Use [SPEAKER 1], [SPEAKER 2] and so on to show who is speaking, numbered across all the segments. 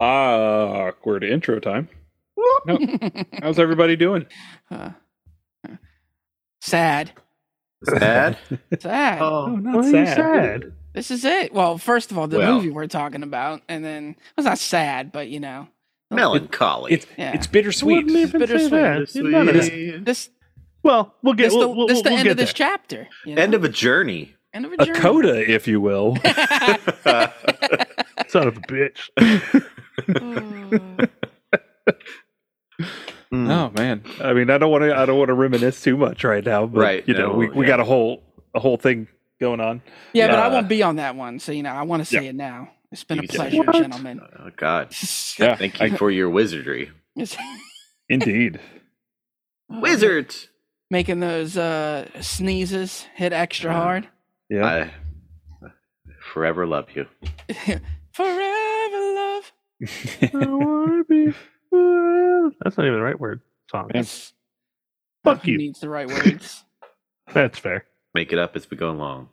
[SPEAKER 1] Awkward intro time. No. How's everybody doing?
[SPEAKER 2] Uh, sad.
[SPEAKER 3] Sad.
[SPEAKER 2] Sad.
[SPEAKER 1] Oh, not
[SPEAKER 4] Why are you
[SPEAKER 1] sad.
[SPEAKER 4] sad?
[SPEAKER 2] This is it. Well, first of all, the
[SPEAKER 3] Well.
[SPEAKER 2] movie we're talking about, and then well, it's not sad, but you know,
[SPEAKER 3] Melancholy.
[SPEAKER 1] It's
[SPEAKER 2] Yeah.
[SPEAKER 1] it's
[SPEAKER 4] Wouldn't
[SPEAKER 1] bittersweet.
[SPEAKER 4] even say
[SPEAKER 2] Bittersweet.
[SPEAKER 4] that. You're not a-
[SPEAKER 3] Bittersweet.
[SPEAKER 2] this
[SPEAKER 4] Well, we'll get.
[SPEAKER 2] this
[SPEAKER 4] We'll,
[SPEAKER 2] the,
[SPEAKER 4] we'll,
[SPEAKER 2] this the
[SPEAKER 4] we'll
[SPEAKER 2] end
[SPEAKER 4] get
[SPEAKER 2] of this
[SPEAKER 4] there.
[SPEAKER 2] chapter. you know?
[SPEAKER 3] End of a journey.
[SPEAKER 2] end of a
[SPEAKER 1] A
[SPEAKER 2] journey.
[SPEAKER 1] coda, if you will.
[SPEAKER 4] Son of a bitch.
[SPEAKER 2] Mm.
[SPEAKER 3] Mm.
[SPEAKER 4] Mm.
[SPEAKER 1] oh man. I mean, I don't want to. I don't want to reminisce too much right now. But,
[SPEAKER 3] Right,
[SPEAKER 1] You know,
[SPEAKER 3] no,
[SPEAKER 1] we, we
[SPEAKER 3] yeah.
[SPEAKER 1] got a whole a whole thing going on.
[SPEAKER 2] yeah, but I
[SPEAKER 3] Uh,
[SPEAKER 2] won't be on that one. So you know, I want to say it now. It's been
[SPEAKER 3] You
[SPEAKER 2] a
[SPEAKER 3] can say
[SPEAKER 2] pleasure,
[SPEAKER 4] it. What?
[SPEAKER 2] gentlemen.
[SPEAKER 3] Oh, God.
[SPEAKER 1] Yeah.
[SPEAKER 3] Thank you for your wizardry.
[SPEAKER 2] It's-
[SPEAKER 1] Indeed.
[SPEAKER 3] Wizards.
[SPEAKER 2] making those uh, sneezes hit extra
[SPEAKER 3] Yeah.
[SPEAKER 4] Uh-huh.
[SPEAKER 2] hard.
[SPEAKER 1] Yeah.
[SPEAKER 3] I forever love you.
[SPEAKER 2] Forever love.
[SPEAKER 4] I wanna be- well, That's not even the right word. Song.
[SPEAKER 2] That's,
[SPEAKER 4] Fuck
[SPEAKER 2] who
[SPEAKER 4] you.
[SPEAKER 2] Needs the right words.
[SPEAKER 4] That's fair.
[SPEAKER 3] Make it up as we go along.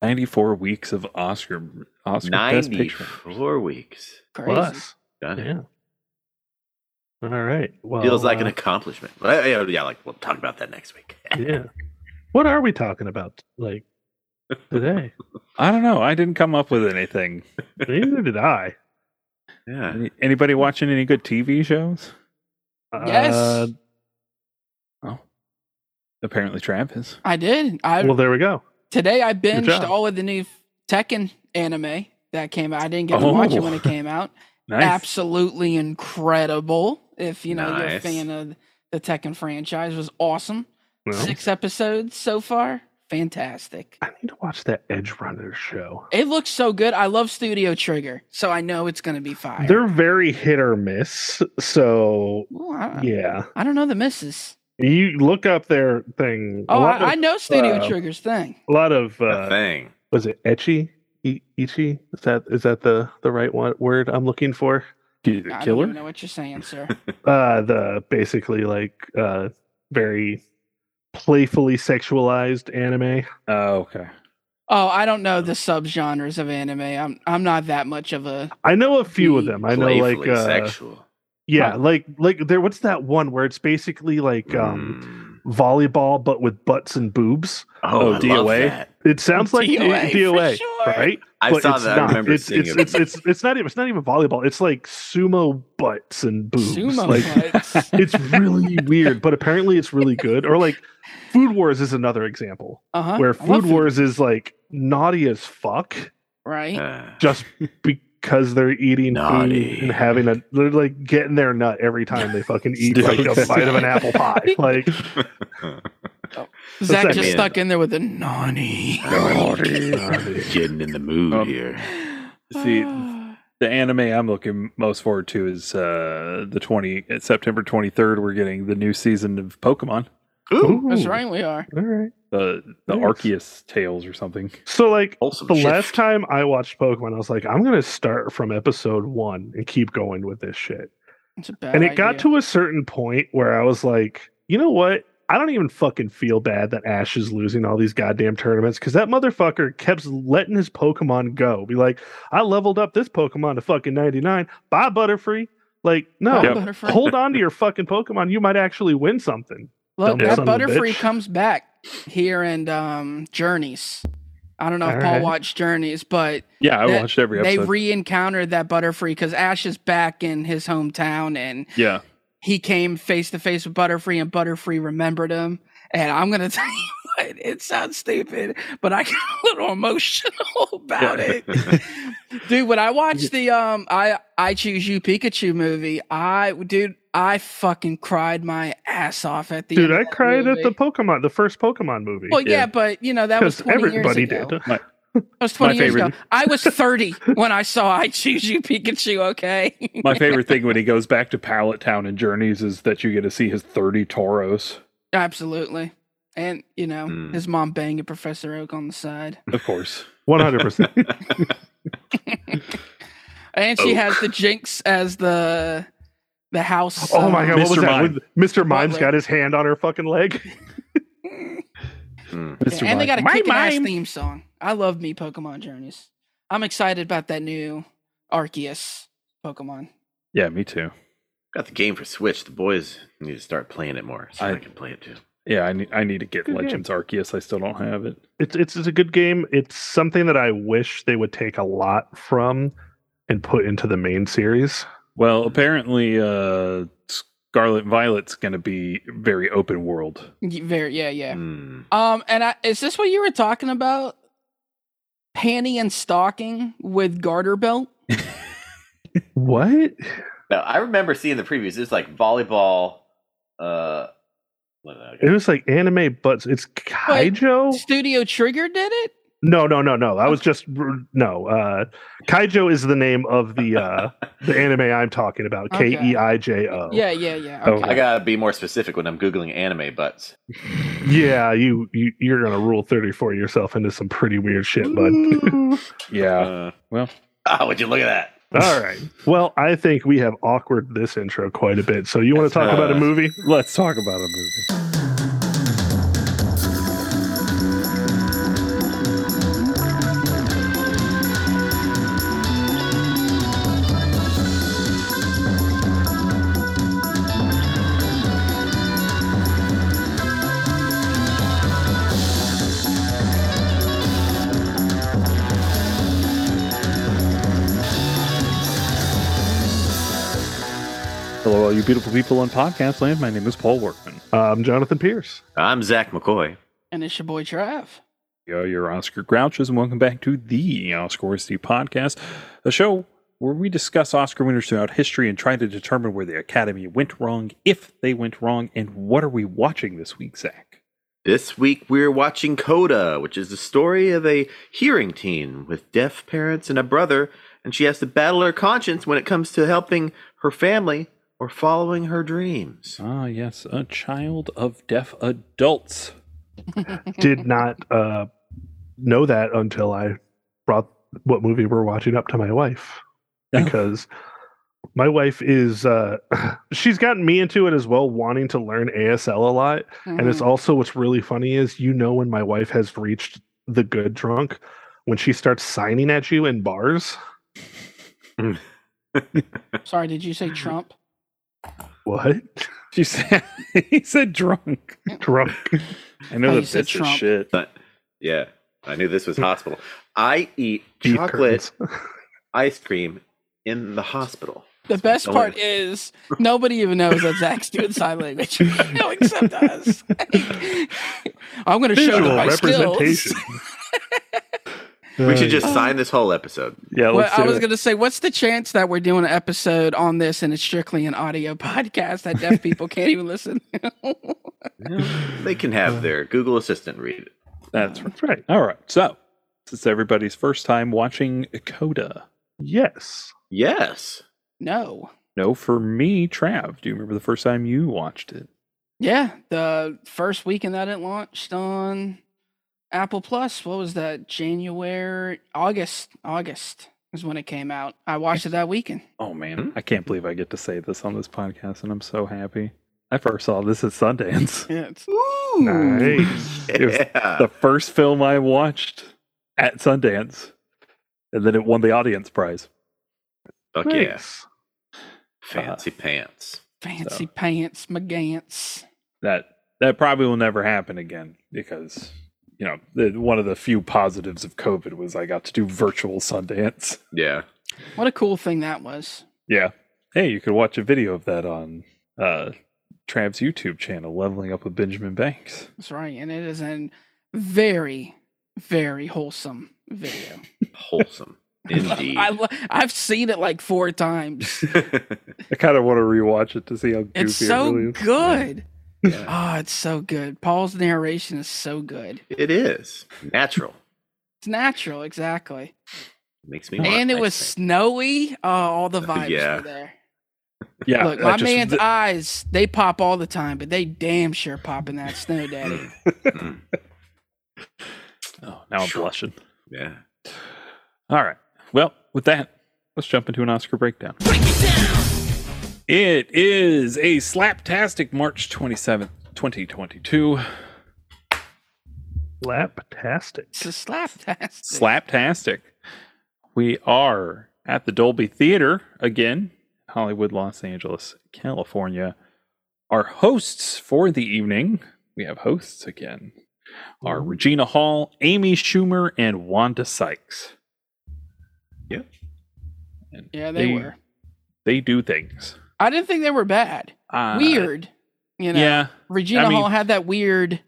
[SPEAKER 1] Ninety four weeks of Oscar Oscar best picture.
[SPEAKER 3] Ninety-four weeks.
[SPEAKER 2] Crazy.
[SPEAKER 4] Plus.
[SPEAKER 3] Done it.
[SPEAKER 4] Yeah. All right. Well,
[SPEAKER 3] Feels like
[SPEAKER 4] uh,
[SPEAKER 3] an accomplishment. Well, yeah, yeah, like we'll talk about that next week.
[SPEAKER 4] yeah. What are we talking about? Like today?
[SPEAKER 1] I don't know. I didn't come up with anything.
[SPEAKER 4] Neither did I.
[SPEAKER 3] Yeah.
[SPEAKER 1] Any- Anybody watching any good TV shows?
[SPEAKER 2] Yes,
[SPEAKER 4] Uh,
[SPEAKER 1] Oh. Apparently, Travis.
[SPEAKER 2] I did. I
[SPEAKER 4] well, there we go.
[SPEAKER 2] Today I binged
[SPEAKER 4] job.
[SPEAKER 2] all of the new Tekken anime that came out. I didn't get to watch it when it
[SPEAKER 1] Oh.
[SPEAKER 2] came out.
[SPEAKER 1] Nice.
[SPEAKER 2] Absolutely incredible. If you know you're a
[SPEAKER 3] Nice.
[SPEAKER 2] fan of the Tekken franchise, it was awesome.
[SPEAKER 4] Well,
[SPEAKER 2] Six episodes so far. Fantastic.
[SPEAKER 4] I need to watch that Edge Runner show.
[SPEAKER 2] It looks so good. I love Studio Trigger, so I know it's gonna be fire.
[SPEAKER 4] They're very hit or miss. So
[SPEAKER 2] Ooh, I,
[SPEAKER 4] yeah,
[SPEAKER 2] I don't know the misses.
[SPEAKER 4] you look up their thing. a
[SPEAKER 2] Oh,
[SPEAKER 4] lot
[SPEAKER 2] I, I
[SPEAKER 4] of,
[SPEAKER 2] know Studio
[SPEAKER 4] uh,
[SPEAKER 2] Trigger's thing.
[SPEAKER 4] a lot of
[SPEAKER 3] The
[SPEAKER 4] uh,
[SPEAKER 3] thing.
[SPEAKER 4] was it etchy? I- Ichi is that is that the the right one, word I'm looking for?
[SPEAKER 1] Ki-
[SPEAKER 2] I don't even
[SPEAKER 1] Killer.
[SPEAKER 2] know what you're saying, sir.
[SPEAKER 4] Uh, the basically like uh, very playfully sexualized anime.
[SPEAKER 1] Oh, okay.
[SPEAKER 2] Oh, I don't know the subgenres of anime. I'm I'm not that much of a
[SPEAKER 4] I know a few of them. I know like
[SPEAKER 3] Playfully
[SPEAKER 4] uh,
[SPEAKER 3] sexual.
[SPEAKER 4] yeah, like like there. What's that one where it's basically like um volleyball but with butts and boobs?
[SPEAKER 3] Mm.
[SPEAKER 1] Oh,
[SPEAKER 3] oh, I love
[SPEAKER 1] DOA?
[SPEAKER 3] that.
[SPEAKER 4] It sounds like
[SPEAKER 2] DOA,
[SPEAKER 4] DOA,
[SPEAKER 2] for sure.
[SPEAKER 4] right?
[SPEAKER 3] I
[SPEAKER 4] But
[SPEAKER 3] saw
[SPEAKER 4] it's
[SPEAKER 3] that. I
[SPEAKER 4] not.
[SPEAKER 3] remember
[SPEAKER 4] it's,
[SPEAKER 3] seeing
[SPEAKER 4] it's,
[SPEAKER 3] it.
[SPEAKER 4] it's, it's, it's not even it's not even volleyball. It's like sumo butts and boobs.
[SPEAKER 2] sumo
[SPEAKER 4] Like
[SPEAKER 2] fights.
[SPEAKER 4] it's really weird, but apparently it's really good. Or like Food Wars is another example
[SPEAKER 2] Uh-huh.
[SPEAKER 4] where
[SPEAKER 2] I love
[SPEAKER 4] Food Wars is like naughty as fuck
[SPEAKER 2] right?
[SPEAKER 3] Uh,
[SPEAKER 4] just because they're eating
[SPEAKER 3] Naughty.
[SPEAKER 4] food and having a they're like getting their nut every time they fucking eat like a bite of an apple pie. Like
[SPEAKER 2] Zach
[SPEAKER 4] that
[SPEAKER 2] just
[SPEAKER 3] mean?
[SPEAKER 2] stuck in there with a nani.
[SPEAKER 3] Getting in the mood
[SPEAKER 1] Um,
[SPEAKER 3] here.
[SPEAKER 1] See, the anime I'm looking most forward to is uh, the 20 uh, September 23rd. We're getting the new season of Pokemon,
[SPEAKER 3] Ooh,
[SPEAKER 2] That's
[SPEAKER 4] Ooh,
[SPEAKER 2] right, we are.
[SPEAKER 4] All right.
[SPEAKER 1] the the
[SPEAKER 4] Nice.
[SPEAKER 1] Arceus Tales or something.
[SPEAKER 4] So like
[SPEAKER 3] wholesome
[SPEAKER 4] the
[SPEAKER 3] shit.
[SPEAKER 4] last time I watched Pokemon, I was like, I'm gonna start from episode one and keep going with this shit.
[SPEAKER 2] It's a bad
[SPEAKER 4] and it got to a certain point where I was like, you know what? I don't even fucking feel bad that Ash is losing all these goddamn tournaments because that motherfucker kept letting his Pokemon go. Be like, I leveled up this Pokemon to fucking 99. Bye, Butterfree. Like, no,
[SPEAKER 1] Yep.
[SPEAKER 4] hold on to your fucking Pokemon. You might actually win something. dumb
[SPEAKER 2] Look, that
[SPEAKER 4] son of a
[SPEAKER 2] Butterfree
[SPEAKER 4] bitch.
[SPEAKER 2] comes back here and um Journeys. I don't know if
[SPEAKER 4] All
[SPEAKER 2] Paul
[SPEAKER 4] right.
[SPEAKER 2] watched Journeys, but
[SPEAKER 1] Yeah, I
[SPEAKER 2] That-
[SPEAKER 1] watched every
[SPEAKER 2] they
[SPEAKER 1] episode.
[SPEAKER 2] re-encountered that Butterfree because Ash is back in his hometown and
[SPEAKER 1] yeah,
[SPEAKER 2] he came face to face with Butterfree and Butterfree remembered him. And I'm gonna tell you what, it sounds stupid, but I got a little emotional about
[SPEAKER 1] Yeah.
[SPEAKER 2] it. dude, when I watched the um I I choose you Pikachu movie, I dude, I fucking cried my ass off at the
[SPEAKER 4] Dude,
[SPEAKER 2] end of
[SPEAKER 4] I
[SPEAKER 2] that
[SPEAKER 4] cried at the
[SPEAKER 2] movie.
[SPEAKER 4] Pokemon, the first Pokemon movie.
[SPEAKER 2] Well, yeah.
[SPEAKER 1] yeah.
[SPEAKER 2] but you know that was
[SPEAKER 4] Because
[SPEAKER 2] 20
[SPEAKER 4] everybody
[SPEAKER 2] years ago.
[SPEAKER 4] did.
[SPEAKER 2] That was 20
[SPEAKER 1] My
[SPEAKER 2] years ago.
[SPEAKER 1] favorite.
[SPEAKER 2] I was 30 when I saw I choose you Pikachu, okay?
[SPEAKER 1] my favorite thing when he goes back to Pallet Town and Journeys is that you get to see his 30 Toros,
[SPEAKER 2] Absolutely. And you know,
[SPEAKER 4] Hmm.
[SPEAKER 3] Mm.
[SPEAKER 2] his mom banging Professor Oak on the side.
[SPEAKER 1] of course.
[SPEAKER 4] 100%.
[SPEAKER 2] And she
[SPEAKER 3] Oak.
[SPEAKER 2] has the Jinx as the the house. um,
[SPEAKER 4] Oh my god, what was
[SPEAKER 1] Mr.
[SPEAKER 4] that?
[SPEAKER 1] Mime.
[SPEAKER 4] With- Mr. Mime's
[SPEAKER 2] leg?
[SPEAKER 4] got his hand on her fucking leg.
[SPEAKER 2] god!
[SPEAKER 3] Mm.
[SPEAKER 1] Mr.
[SPEAKER 2] And they got a
[SPEAKER 1] Mime.
[SPEAKER 2] kick ass
[SPEAKER 1] Mime.
[SPEAKER 2] theme song. I love me Pokemon Journeys. I'm excited about that new Arceus Pokemon.
[SPEAKER 1] Yeah, me too.
[SPEAKER 3] Got the game for Switch. The boys need to start playing it more so I,
[SPEAKER 1] I-
[SPEAKER 3] can play it too.
[SPEAKER 1] Yeah, I need I need to get
[SPEAKER 4] Good game.
[SPEAKER 1] Legends Arceus. I still don't have it.
[SPEAKER 4] It's, it's it's a good game. It's something that I wish they would take a lot from and put into the main series.
[SPEAKER 1] Well, apparently uh Scarlet and Violet's going to be very open world.
[SPEAKER 2] Y- Very yeah yeah.
[SPEAKER 4] Hmm.
[SPEAKER 3] Mm.
[SPEAKER 2] Um, and I, is this what you were talking about? Panty and stocking with garter belt.
[SPEAKER 4] What?
[SPEAKER 3] Now I remember seeing the previews. It's like volleyball. Uh, what did I
[SPEAKER 4] It was like anime butts. It's Kaijo?
[SPEAKER 2] Studio Trigger did it.
[SPEAKER 4] No, no, no, no. I was just no. Uh Kaijo is the name of the uh the anime I'm talking about.
[SPEAKER 2] Okay.
[SPEAKER 4] K E I J O.
[SPEAKER 2] Yeah yeah yeah.
[SPEAKER 1] Oh,
[SPEAKER 2] Okay.
[SPEAKER 3] I gotta be more specific when I'm googling anime butts.
[SPEAKER 4] Yeah, you, you you're gonna rule 34 yourself into some pretty weird shit, bud.
[SPEAKER 1] Yeah.
[SPEAKER 3] Uh,
[SPEAKER 1] well.
[SPEAKER 3] oh, would you look at that?
[SPEAKER 4] All right. Well, I think we have awkward this intro quite a bit. So you want to talk about a
[SPEAKER 3] Uh,
[SPEAKER 4] movie?
[SPEAKER 1] Let's talk about a movie. Hello, all you beautiful people on podcast land. My name is Paul Workman.
[SPEAKER 4] Um, Jonathan Pierce.
[SPEAKER 3] I'm Zach McCoy.
[SPEAKER 2] And it's your boy Trav.
[SPEAKER 1] Yo, you're Oscar Grouches, and welcome back to the Oscar Worthy Podcast, a show where we discuss Oscar winners throughout history and try to determine where the Academy went wrong, if they went wrong, and what are we watching this week, Zach?
[SPEAKER 3] This week we're watching Coda, which is the story of a hearing teen with deaf parents and a brother, and she has to battle her conscience when it comes to helping her family or following her dreams.
[SPEAKER 1] Ah, yes, a child of deaf adults.
[SPEAKER 4] Did not uh, know that until I brought what movie we're watching up to my wife
[SPEAKER 1] Oh.
[SPEAKER 4] because my wife is uh, she's gotten me into it as well, wanting to learn ASL a lot. And it's
[SPEAKER 2] Mhm.
[SPEAKER 4] also what's really funny is you know when my wife has reached the good drunk when she starts signing at you in bars.
[SPEAKER 2] Sorry, did you say Trump?
[SPEAKER 4] What
[SPEAKER 1] She said, he said drunk.
[SPEAKER 4] drunk?
[SPEAKER 1] I know
[SPEAKER 2] Oh, you
[SPEAKER 1] that
[SPEAKER 2] said
[SPEAKER 1] bitch is
[SPEAKER 2] Trump.
[SPEAKER 1] shit.
[SPEAKER 3] But yeah, I knew this was hospital. I eat
[SPEAKER 4] Beef
[SPEAKER 3] chocolate
[SPEAKER 4] curtains.
[SPEAKER 3] ice cream in the hospital.
[SPEAKER 2] The best
[SPEAKER 3] Don't
[SPEAKER 2] part
[SPEAKER 3] worry.
[SPEAKER 2] is nobody even knows that Zach's doing sign language. no, except us. I'm going to show
[SPEAKER 4] Visual
[SPEAKER 2] them my skills.
[SPEAKER 4] representation.
[SPEAKER 3] We should just
[SPEAKER 2] Uh,
[SPEAKER 3] sign this whole episode.
[SPEAKER 1] Yeah,
[SPEAKER 2] Well,
[SPEAKER 1] let's
[SPEAKER 2] I
[SPEAKER 1] do
[SPEAKER 2] was
[SPEAKER 1] it.
[SPEAKER 2] going to say, what's the chance that we're doing an episode on this and it's strictly an audio podcast that deaf people can't even listen?
[SPEAKER 3] They can
[SPEAKER 1] uh,
[SPEAKER 3] have their Google Assistant read it.
[SPEAKER 1] That's right.
[SPEAKER 4] That's right.
[SPEAKER 1] All right. So, this is everybody's first time watching Coda.
[SPEAKER 4] Yes.
[SPEAKER 3] Yes.
[SPEAKER 2] no.
[SPEAKER 1] No, for me, Trav. Do you remember the first time you watched it?
[SPEAKER 2] Yeah, the first weekend that it launched on Apple Plus, what was that? January, August, August is when it came out. I watched it that weekend.
[SPEAKER 1] Oh man,
[SPEAKER 3] Hmm?
[SPEAKER 1] I can't believe I get to say this on this podcast, and I'm so happy. I first saw this at Sundance.
[SPEAKER 2] Yeah, it's-
[SPEAKER 3] Ooh.
[SPEAKER 4] Nice.
[SPEAKER 1] It was
[SPEAKER 3] Yeah.
[SPEAKER 1] the first film I watched at Sundance, and then it won the audience prize.
[SPEAKER 3] Fuck yeah.
[SPEAKER 4] Nice.
[SPEAKER 3] Fancy pants.
[SPEAKER 2] fancy pants, magants.
[SPEAKER 1] That that probably will never happen again because you know the, one of the few positives of COVID was I got to do virtual Sundance.
[SPEAKER 3] Yeah.
[SPEAKER 2] What a cool thing that was.
[SPEAKER 1] Yeah. Hey, you could watch a video of that on uh, Trav's YouTube channel, leveling up with Benjamin Banks.
[SPEAKER 2] That's right. And it is a very, very wholesome video.
[SPEAKER 3] Wholesome. Indeed.
[SPEAKER 2] I, lo- I've seen it like four times.
[SPEAKER 1] I kind of want to rewatch it to see how goofy
[SPEAKER 2] It's
[SPEAKER 1] it
[SPEAKER 2] so
[SPEAKER 1] really is.
[SPEAKER 2] good.
[SPEAKER 3] Yeah.
[SPEAKER 2] Oh, it's so good. Paul's narration is so good.
[SPEAKER 3] It is natural.
[SPEAKER 2] It's natural, exactly.
[SPEAKER 3] Makes me. want
[SPEAKER 2] And it
[SPEAKER 3] ice
[SPEAKER 2] was
[SPEAKER 3] cream.
[SPEAKER 2] snowy. Oh, all the vibes
[SPEAKER 3] Yeah.
[SPEAKER 2] were there.
[SPEAKER 1] Yeah,
[SPEAKER 2] Look,
[SPEAKER 1] that
[SPEAKER 2] my
[SPEAKER 1] just-
[SPEAKER 2] man's
[SPEAKER 1] th-
[SPEAKER 2] eyes, they pop all the time, but they damn sure pop in that snow, daddy.
[SPEAKER 3] Mm, mm,
[SPEAKER 1] oh, now I'm blushing.
[SPEAKER 3] yeah.
[SPEAKER 1] All right. Well, with that, let's jump into an Oscar breakdown. it is a slaptastic March 27th, 2022.
[SPEAKER 4] Slaptastic.
[SPEAKER 2] It's a slap test.
[SPEAKER 1] Slaptastic. We are at the Dolby Theater again, Hollywood, Los Angeles, California. Our hosts for the evening, we have hosts again,
[SPEAKER 4] Oh,
[SPEAKER 1] are
[SPEAKER 4] Mm-hmm.
[SPEAKER 1] Regina Hall, Amy Schumer, and Wanda Sykes.
[SPEAKER 3] Yep.
[SPEAKER 1] And
[SPEAKER 2] Yeah, they were.
[SPEAKER 1] They do things.
[SPEAKER 2] I didn't think they were bad.
[SPEAKER 1] Uh,
[SPEAKER 2] weird. You know,
[SPEAKER 1] Yeah.
[SPEAKER 2] Regina
[SPEAKER 1] I mean-
[SPEAKER 2] Hall had that weird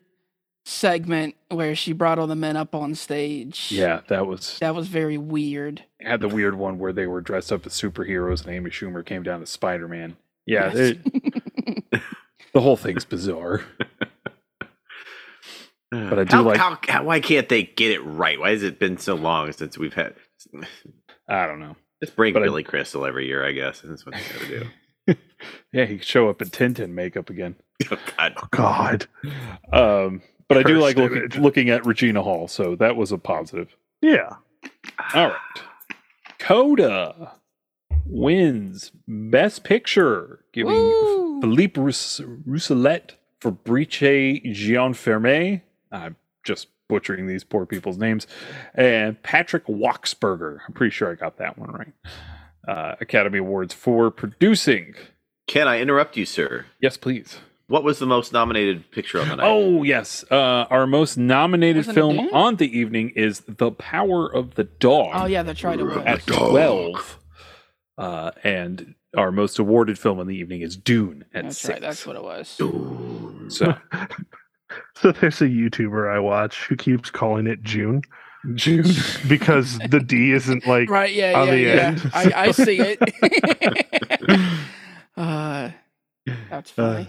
[SPEAKER 2] segment where she brought all the men up on stage.
[SPEAKER 1] Yeah, that was
[SPEAKER 2] That was very weird.
[SPEAKER 1] had the weird one where they were dressed up as superheroes and Amy Schumer came down as Spider Man. Yeah,
[SPEAKER 2] Yes.
[SPEAKER 1] it- the whole thing's bizarre. But I do
[SPEAKER 3] How-
[SPEAKER 1] like-
[SPEAKER 3] how- how- why can't they get it right? Why has it been so long since we've had?
[SPEAKER 1] I don't know.
[SPEAKER 3] Just bring
[SPEAKER 1] But I-
[SPEAKER 3] Billy Crystal every year, I guess. That's what they gotta do.
[SPEAKER 1] Yeah, he could show up in Tintin makeup again.
[SPEAKER 3] Oh, God.
[SPEAKER 4] God.
[SPEAKER 1] Um, but I do
[SPEAKER 4] Cursed
[SPEAKER 1] like looking
[SPEAKER 4] image.
[SPEAKER 1] looking at Regina Hall, so that was a positive.
[SPEAKER 4] Yeah.
[SPEAKER 1] All right, Coda wins Best Picture, giving
[SPEAKER 2] Woo!
[SPEAKER 1] Philippe Rous- Rousselet for Brice Gianferme. I'm just butchering these poor people's names. And Patrick Wachsberger. I'm pretty sure I got that one right. Uh, Academy Awards for producing.
[SPEAKER 3] Can I interrupt you, sir?
[SPEAKER 1] Yes, please.
[SPEAKER 3] What was the most nominated picture on the night?
[SPEAKER 1] Oh, yes. Uh, our most nominated
[SPEAKER 2] Wasn't it
[SPEAKER 1] film
[SPEAKER 2] Dan?
[SPEAKER 1] on the evening is The Power of the Dog.
[SPEAKER 2] Oh yeah, they tried to win.
[SPEAKER 1] at 12. Uh, and our most awarded film on the evening is Dune at
[SPEAKER 2] That's
[SPEAKER 1] 6.
[SPEAKER 2] right. That's what it was.
[SPEAKER 3] Oh.
[SPEAKER 1] so,
[SPEAKER 4] So there's a YouTuber I watch who keeps calling it June
[SPEAKER 1] June.
[SPEAKER 4] because the D isn't like
[SPEAKER 2] Right? Yeah.
[SPEAKER 1] Oh,
[SPEAKER 4] on
[SPEAKER 2] Yeah.
[SPEAKER 4] the
[SPEAKER 2] Yeah.
[SPEAKER 4] end.
[SPEAKER 2] I, I see it. uh, that's funny.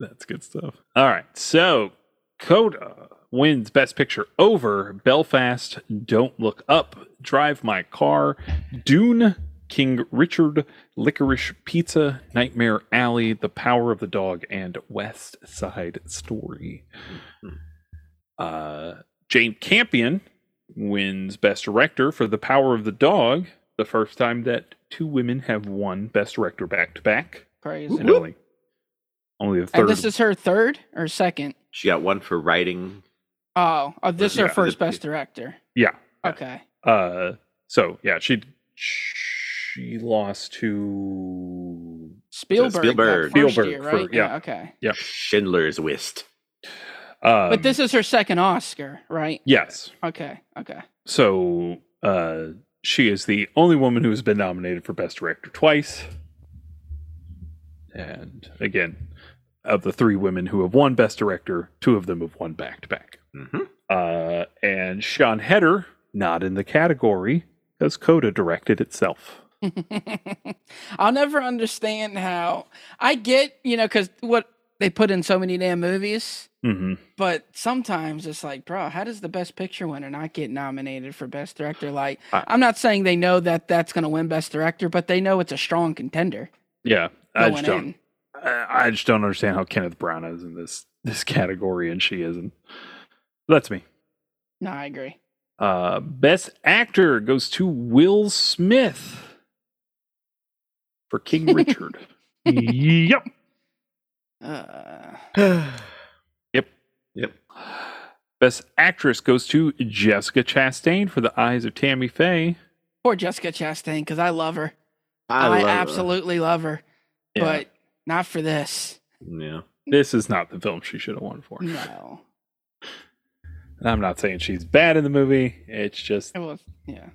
[SPEAKER 1] That's good stuff. All right. So Coda wins Best Picture over Belfast, Don't Look Up, Drive My Car, Dune, King Richard, Licorice Pizza, Nightmare Alley, The Power of the Dog, and West Side Story. Hmm. Uh, Jane Campion wins Best Director for The Power of the Dog, the first time that two women have won Best Director back to back.
[SPEAKER 2] Crazy.
[SPEAKER 1] And only, only the third.
[SPEAKER 2] And this is her third or second.
[SPEAKER 3] She got one for writing.
[SPEAKER 2] Oh, oh this is her
[SPEAKER 1] Yeah.
[SPEAKER 2] first best director.
[SPEAKER 1] yeah.
[SPEAKER 2] Okay.
[SPEAKER 1] Uh, so yeah, she she lost to
[SPEAKER 2] Spielberg. got
[SPEAKER 3] Spielberg.
[SPEAKER 2] first
[SPEAKER 1] Spielberg
[SPEAKER 2] year,
[SPEAKER 1] for-
[SPEAKER 2] right?
[SPEAKER 1] yeah.
[SPEAKER 2] Okay.
[SPEAKER 1] Yep.
[SPEAKER 3] Schindler's List.
[SPEAKER 1] um,
[SPEAKER 2] but this is her second Oscar, right?
[SPEAKER 1] yes.
[SPEAKER 2] Okay. Okay.
[SPEAKER 1] So uh, she is the only woman who has been nominated for best director twice, and again, of the three women who have won best director, two of them have won back to back.
[SPEAKER 3] hmm
[SPEAKER 1] Uh, and Sean Heder not in the category because Coda directed itself.
[SPEAKER 2] I'll never understand how I get, you know, because what they put in so many damn movies,
[SPEAKER 1] hmm
[SPEAKER 2] but sometimes it's like, bro, how does the best picture winner not get nominated for best director? Like,
[SPEAKER 3] I-
[SPEAKER 2] I'm not saying they know that that's going to win best director, but they know it's a strong contender
[SPEAKER 1] Yeah, I
[SPEAKER 2] going
[SPEAKER 1] just don't.
[SPEAKER 2] in.
[SPEAKER 1] I I just don't understand how Kenneth Brown is in this this category and she isn't. That's me.
[SPEAKER 2] No, I agree.
[SPEAKER 1] Uh, best actor goes to Will Smith for King Richard.
[SPEAKER 4] yep.
[SPEAKER 2] Uh,
[SPEAKER 3] Yep.
[SPEAKER 1] Best actress goes to Jessica Chastain for The Eyes of Tammy Faye.
[SPEAKER 2] poor Jessica Chastain, because I love her.
[SPEAKER 3] I,
[SPEAKER 2] I,
[SPEAKER 3] love-
[SPEAKER 2] absolutely love her,
[SPEAKER 1] Yeah.
[SPEAKER 2] but not for this.
[SPEAKER 3] Yeah.
[SPEAKER 1] this is not the film she should have won for.
[SPEAKER 2] No,
[SPEAKER 1] And I'm not saying she's bad in the movie. It's just
[SPEAKER 2] it was yeah.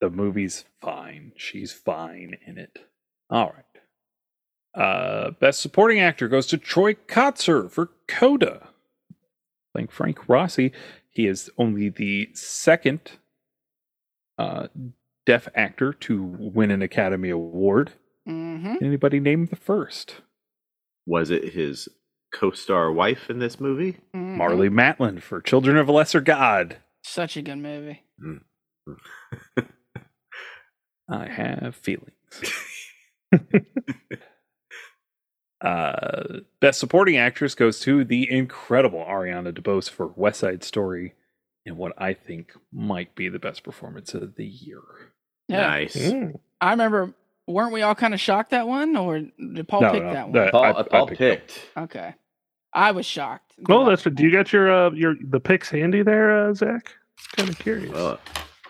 [SPEAKER 1] the movie's fine. She's fine in it. All right. Uh, best supporting actor goes to Troy Kotzer for Coda. Playing Frank Rossi, he is only the second uh, deaf actor to win an Academy Award.
[SPEAKER 2] hmm
[SPEAKER 1] Can Anybody named the first?
[SPEAKER 3] Was it his co-star wife in this movie?
[SPEAKER 2] Mm-hmm.
[SPEAKER 1] Marley Matlin for Children of a Lesser God.
[SPEAKER 2] Such a good movie.
[SPEAKER 1] I have feelings. uh, best supporting actress goes to the incredible Ariana DeBose for West Side Story, and what I think might be the best performance of the year.
[SPEAKER 2] Yeah,
[SPEAKER 3] Nice.
[SPEAKER 4] Mm.
[SPEAKER 2] I remember. Weren't we all kind of shocked that one, or did Paul
[SPEAKER 1] No,
[SPEAKER 2] pick
[SPEAKER 1] no,
[SPEAKER 2] that one?
[SPEAKER 1] that-
[SPEAKER 3] Paul,
[SPEAKER 1] I- I
[SPEAKER 3] Paul
[SPEAKER 1] picked
[SPEAKER 3] picked.
[SPEAKER 2] Okay, I was shocked.
[SPEAKER 4] Oh, that's what. Do you got your uh your the picks handy there, uh, Zach? Kind of curious.
[SPEAKER 3] Well,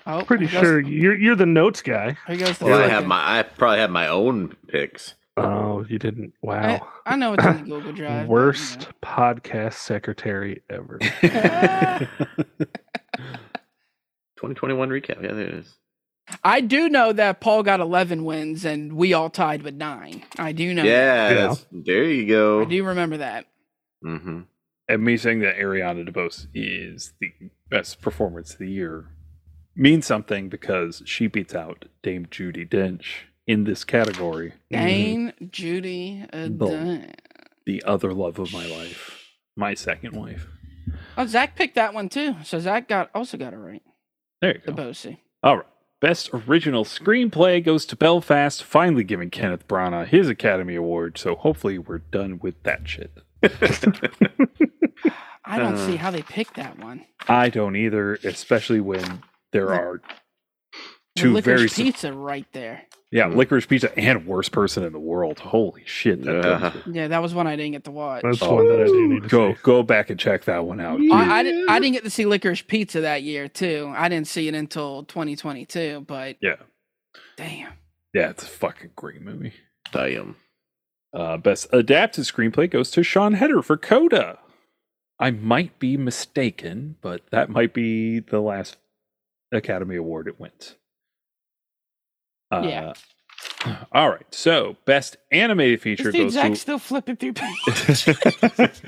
[SPEAKER 2] Oh,
[SPEAKER 4] Pretty
[SPEAKER 2] here goes-
[SPEAKER 4] sure you're you're the notes guy.
[SPEAKER 2] Here goes the
[SPEAKER 3] Well, I
[SPEAKER 2] fucking-
[SPEAKER 3] have my. I probably have my own picks.
[SPEAKER 4] Oh, you didn't. Wow.
[SPEAKER 2] I know it's in the Google Drive. but, you
[SPEAKER 4] Worst podcast secretary ever.
[SPEAKER 3] 2021 recap. Yeah, there it is.
[SPEAKER 2] know. I do know that Paul got 11 wins and we all tied with nine. I do know.
[SPEAKER 3] Yeah,
[SPEAKER 2] that.
[SPEAKER 3] that's- there you go.
[SPEAKER 2] I do remember that.
[SPEAKER 3] Mm-hmm.
[SPEAKER 1] and me saying that Ariana DeBose is the best performance of the year means something because she beats out Dame Judy Dench in this category.
[SPEAKER 4] Mm-hmm.
[SPEAKER 2] Dane, Judy, uh,
[SPEAKER 1] Bull.
[SPEAKER 2] Dane.
[SPEAKER 1] The other love of my life, my second wife.
[SPEAKER 2] Oh, Zach picked that one too. So Zach got also got it right.
[SPEAKER 1] There you
[SPEAKER 2] The
[SPEAKER 1] go.
[SPEAKER 2] Bosey.
[SPEAKER 1] All right. Best original screenplay goes to Belfast, finally giving Kenneth Branagh his Academy Award. So hopefully we're done with that shit.
[SPEAKER 2] I don't
[SPEAKER 3] Uh.
[SPEAKER 2] see how they picked that one.
[SPEAKER 1] I don't either, especially when there are
[SPEAKER 2] The
[SPEAKER 1] two
[SPEAKER 2] Licorice
[SPEAKER 1] very
[SPEAKER 2] pizza right there.
[SPEAKER 1] yeah, licorice pizza and worst person in the world. Holy shit! That
[SPEAKER 3] Yeah.
[SPEAKER 1] turns it.
[SPEAKER 2] Yeah, that was one I didn't get to watch.
[SPEAKER 4] That's
[SPEAKER 1] Oh,
[SPEAKER 4] one that I do need to
[SPEAKER 1] go
[SPEAKER 4] see.
[SPEAKER 1] go back and check that one out. dude.
[SPEAKER 2] I, I, di- I didn't get to see Licorice Pizza that year too. I didn't see it until 2022. But
[SPEAKER 1] Yeah.
[SPEAKER 2] damn,
[SPEAKER 1] Yeah, it's a fucking great movie.
[SPEAKER 3] Damn.
[SPEAKER 1] Uh, best adapted screenplay goes to Sean Heder for Coda. I might be mistaken, but that might be the last Academy Award it went. Uh,
[SPEAKER 2] Yeah.
[SPEAKER 1] All right. So, best animated feature
[SPEAKER 2] this dude
[SPEAKER 1] goes
[SPEAKER 2] Zach's
[SPEAKER 1] to
[SPEAKER 2] still flipping through pages.
[SPEAKER 1] best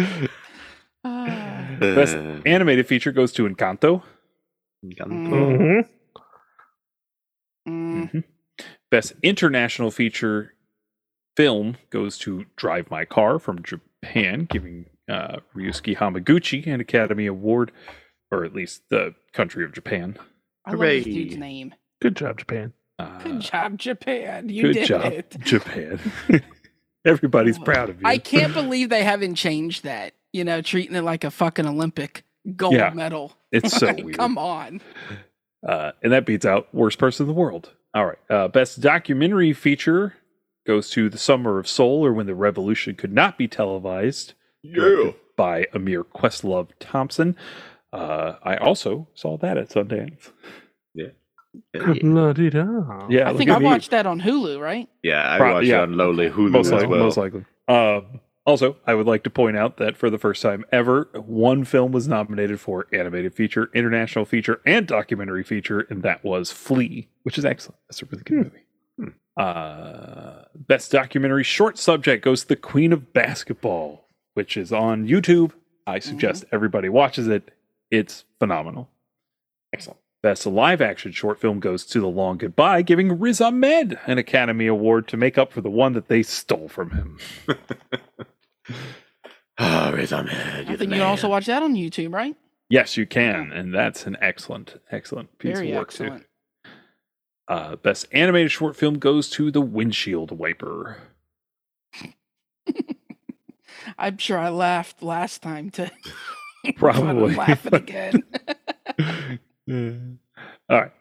[SPEAKER 2] Ah.
[SPEAKER 3] Uh,
[SPEAKER 1] animated feature goes to Encanto.
[SPEAKER 3] Encanto.
[SPEAKER 4] Mhm.
[SPEAKER 2] Mm,
[SPEAKER 1] Mm-hmm. Best international feature film goes to Drive My Car from Japan, giving uh, Ryusuke Hamaguchi an Academy Award, or at least the country of Japan.
[SPEAKER 2] I love this
[SPEAKER 3] Hooray.
[SPEAKER 2] dude's name.
[SPEAKER 4] Good job, Japan.
[SPEAKER 1] Uh,
[SPEAKER 2] Good job, Japan. You
[SPEAKER 1] good
[SPEAKER 2] did
[SPEAKER 1] job,
[SPEAKER 2] it. Oh,
[SPEAKER 1] Japan. Everybody's proud of you.
[SPEAKER 2] I can't believe they haven't changed that. You know, treating it like a fucking Olympic gold
[SPEAKER 1] Yeah.
[SPEAKER 2] medal.
[SPEAKER 1] It's so
[SPEAKER 2] Like,
[SPEAKER 1] weird.
[SPEAKER 2] Come on.
[SPEAKER 1] Uh, and that beats out worst person in the world. All right. Uh, best documentary feature goes to The Summer of Soul or When the Revolution Could Not Be Televised. directed By Amir Questlove Thompson. Uh, I also saw that at Sundance.
[SPEAKER 3] Yeah,
[SPEAKER 4] La-di-da.
[SPEAKER 1] Yeah,
[SPEAKER 2] I
[SPEAKER 1] look
[SPEAKER 2] think
[SPEAKER 1] at
[SPEAKER 2] I
[SPEAKER 1] me.
[SPEAKER 2] watched that on Hulu, right?
[SPEAKER 3] yeah I
[SPEAKER 1] Pro-
[SPEAKER 3] watched
[SPEAKER 1] yeah.
[SPEAKER 3] it on Lowly Hulu
[SPEAKER 1] Most likely.
[SPEAKER 3] as well.
[SPEAKER 1] Most likely. Um, also, I would like to point out that for the first time ever, one film was nominated for animated feature, international feature, and documentary feature, and that was Flea, which is excellent. That's a really
[SPEAKER 3] Hmm.
[SPEAKER 1] good movie. Uh, best documentary short subject goes to The Queen of Basketball, which is on YouTube. I
[SPEAKER 2] Mm-hmm.
[SPEAKER 1] suggest everybody watches it. It's phenomenal. Excellent. Best live action short film goes to The Long Goodbye, giving Riz Ahmed an Academy Award to make up for the one that they stole from him.
[SPEAKER 3] Ah, Riz Ahmed,
[SPEAKER 2] I
[SPEAKER 3] you're the
[SPEAKER 2] think you
[SPEAKER 3] man.
[SPEAKER 2] also watch that on YouTube, right?
[SPEAKER 1] Yes, you can. And that's an excellent, excellent piece
[SPEAKER 2] Very
[SPEAKER 1] of work,
[SPEAKER 2] excellent.
[SPEAKER 1] too. Uh, best animated short film goes to The Windshield Wiper.
[SPEAKER 2] I'm sure I laughed last time too.
[SPEAKER 1] Probably.
[SPEAKER 2] laughing again. Mm.
[SPEAKER 1] All right.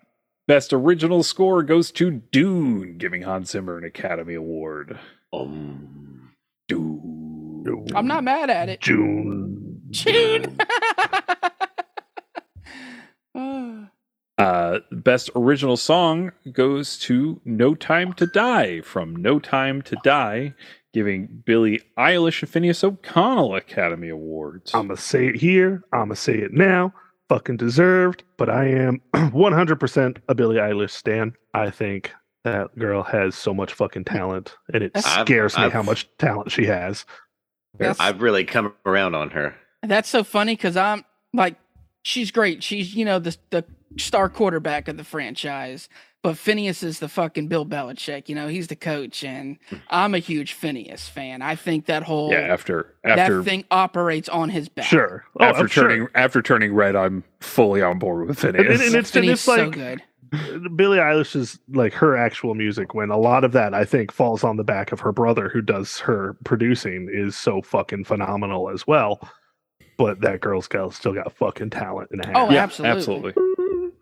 [SPEAKER 1] Best original score goes to Dune, giving Hans Zimmer an Academy Award.
[SPEAKER 3] Um,
[SPEAKER 1] Dune.
[SPEAKER 2] I'm not mad at it.
[SPEAKER 4] June.
[SPEAKER 2] June. Oh,
[SPEAKER 1] Uh, best original song goes to No Time to Die from No Time to Die, giving Billie Eilish and Phineas O'Connell Academy Awards.
[SPEAKER 2] Um,
[SPEAKER 4] I'm gonna say it here. I'm gonna say it now. Fucking deserved, but I am 100% a Billie Eilish stan. I think that girl has so much fucking talent, and it
[SPEAKER 2] That's-
[SPEAKER 3] I've-
[SPEAKER 4] scares me
[SPEAKER 3] I've-
[SPEAKER 4] how much talent she has.
[SPEAKER 2] that's,
[SPEAKER 3] I've really come around on her.
[SPEAKER 2] that's so funny because I'm like, she's great. She's you know the the star quarterback of the franchise, but Phineas is the fucking Bill Belichick. You know he's the coach, and I'm a huge Phineas fan. I think that whole
[SPEAKER 1] yeah, after after
[SPEAKER 2] that thing operates on his back.
[SPEAKER 4] Sure. Oh,
[SPEAKER 1] after
[SPEAKER 4] I'm sure.
[SPEAKER 1] turning after turning red, I'm fully on board with
[SPEAKER 4] And,
[SPEAKER 1] Phineas.
[SPEAKER 4] and, and it's, and
[SPEAKER 2] Phineas
[SPEAKER 4] it's
[SPEAKER 2] so
[SPEAKER 4] like
[SPEAKER 2] good.
[SPEAKER 4] Billie Eilish is like her actual music when a lot of that I think falls on the back of her brother who does her producing is so fucking phenomenal as well. But that girl's got still got fucking talent and a half.
[SPEAKER 2] Oh,
[SPEAKER 1] yeah,
[SPEAKER 2] absolutely.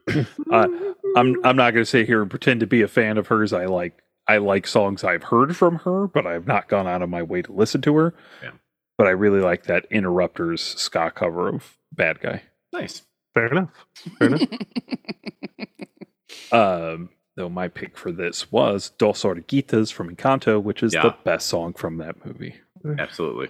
[SPEAKER 1] absolutely. uh, I'm I'm not going to sit here and pretend to be a fan of hers. I like I like songs I've heard from her, but I've not gone out of my way to listen to her.
[SPEAKER 3] Yeah.
[SPEAKER 1] But I really like that Interrupters ska cover of Bad Guy.
[SPEAKER 3] Nice.
[SPEAKER 4] Fair enough. Fair enough.
[SPEAKER 1] Um, though my pick for this was Dos Orguitas from Encanto, which is the
[SPEAKER 3] Yeah.
[SPEAKER 1] best song from that movie.
[SPEAKER 3] Absolutely.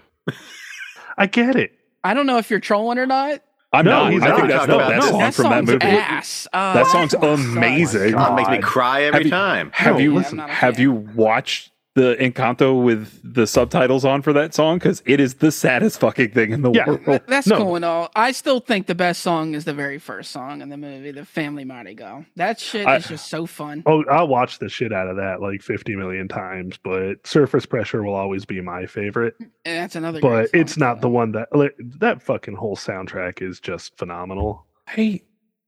[SPEAKER 4] I get it.
[SPEAKER 2] I don't know if you're trolling or not.
[SPEAKER 1] I'm
[SPEAKER 4] No,
[SPEAKER 1] not.
[SPEAKER 4] he's
[SPEAKER 1] I
[SPEAKER 4] not.
[SPEAKER 1] think that's
[SPEAKER 3] No,
[SPEAKER 1] the best
[SPEAKER 4] no.
[SPEAKER 1] song
[SPEAKER 2] that
[SPEAKER 1] from that
[SPEAKER 2] song's
[SPEAKER 1] movie.
[SPEAKER 2] ass. Uh,
[SPEAKER 1] That song's
[SPEAKER 2] sucks.
[SPEAKER 4] Oh
[SPEAKER 1] amazing.
[SPEAKER 3] God, it makes me
[SPEAKER 4] God.
[SPEAKER 3] cry every
[SPEAKER 1] Have you-
[SPEAKER 3] time.
[SPEAKER 1] Have
[SPEAKER 4] No,
[SPEAKER 1] you
[SPEAKER 4] listen,
[SPEAKER 2] I'm not a
[SPEAKER 1] have
[SPEAKER 2] fan.
[SPEAKER 1] you watched the Encanto with the subtitles on for that song? Because it is the saddest fucking thing in the
[SPEAKER 4] Yeah.
[SPEAKER 1] world.
[SPEAKER 2] That's
[SPEAKER 4] No.
[SPEAKER 2] cool and all. I still think the best song is the very first song in the movie, "The Family Mardi Go." That shit
[SPEAKER 1] I-
[SPEAKER 2] is just so fun.
[SPEAKER 4] Oh, I'll watch the shit out of that like 50 million times, but Surface Pressure will always be my favorite.
[SPEAKER 2] And that's another.
[SPEAKER 4] But
[SPEAKER 2] great song,
[SPEAKER 4] it's not
[SPEAKER 2] so.
[SPEAKER 4] the one that like, that fucking whole soundtrack is just phenomenal.
[SPEAKER 1] I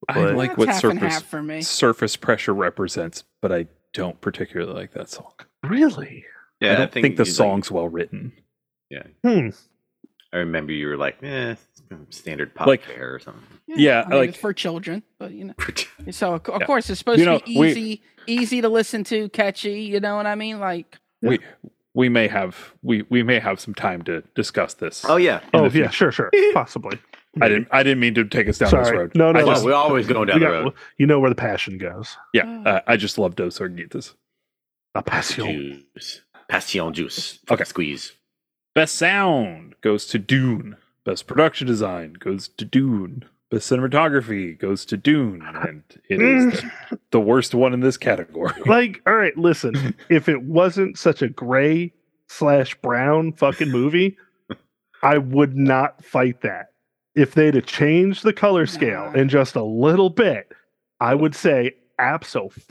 [SPEAKER 1] I
[SPEAKER 4] But-
[SPEAKER 1] like
[SPEAKER 2] That's
[SPEAKER 1] what
[SPEAKER 2] half and
[SPEAKER 1] surface
[SPEAKER 2] half for me.
[SPEAKER 1] surface pressure represents, but I don't particularly like that song.
[SPEAKER 4] Really?
[SPEAKER 3] Yeah,
[SPEAKER 1] I don't think, the
[SPEAKER 3] you, like,
[SPEAKER 1] song's well written.
[SPEAKER 4] Hmm.
[SPEAKER 3] I remember you were like, eh, it's standard pop
[SPEAKER 1] Like-
[SPEAKER 3] fare or something.
[SPEAKER 1] Yeah,
[SPEAKER 2] I mean,
[SPEAKER 1] like-
[SPEAKER 2] it's for children, but you know. So of, cou- of course it's supposed
[SPEAKER 1] You
[SPEAKER 2] to be
[SPEAKER 1] know, we-
[SPEAKER 2] easy, easy to listen to, catchy. You know what I mean? Like
[SPEAKER 1] We we may have we we may have some time to discuss this.
[SPEAKER 3] Oh yeah.
[SPEAKER 1] in
[SPEAKER 4] Oh
[SPEAKER 1] the
[SPEAKER 4] yeah,
[SPEAKER 1] future.
[SPEAKER 4] sure, sure, possibly.
[SPEAKER 1] I didn't I didn't mean to take us down this
[SPEAKER 4] Sorry.
[SPEAKER 1] road.
[SPEAKER 4] No, no,
[SPEAKER 1] I
[SPEAKER 4] no.
[SPEAKER 1] just,
[SPEAKER 3] Oh, Well, we're always going down
[SPEAKER 4] You
[SPEAKER 3] the
[SPEAKER 4] got-
[SPEAKER 3] road.
[SPEAKER 4] You know where the passion goes.
[SPEAKER 1] yeah, uh, I just love Dos Orguitas.
[SPEAKER 4] The passion.
[SPEAKER 3] Juice. Passion juice.
[SPEAKER 1] Okay.
[SPEAKER 3] Squeeze.
[SPEAKER 1] Best sound goes to Dune. Best production design goes to Dune. Best cinematography goes to Dune, and it is
[SPEAKER 2] Mm.
[SPEAKER 1] the worst one in this category.
[SPEAKER 4] like, all right, listen. if it wasn't such a gray slash brown fucking movie, I would not fight that. If they'd have changed the color scale
[SPEAKER 2] Nah.
[SPEAKER 4] in just a little bit, I would say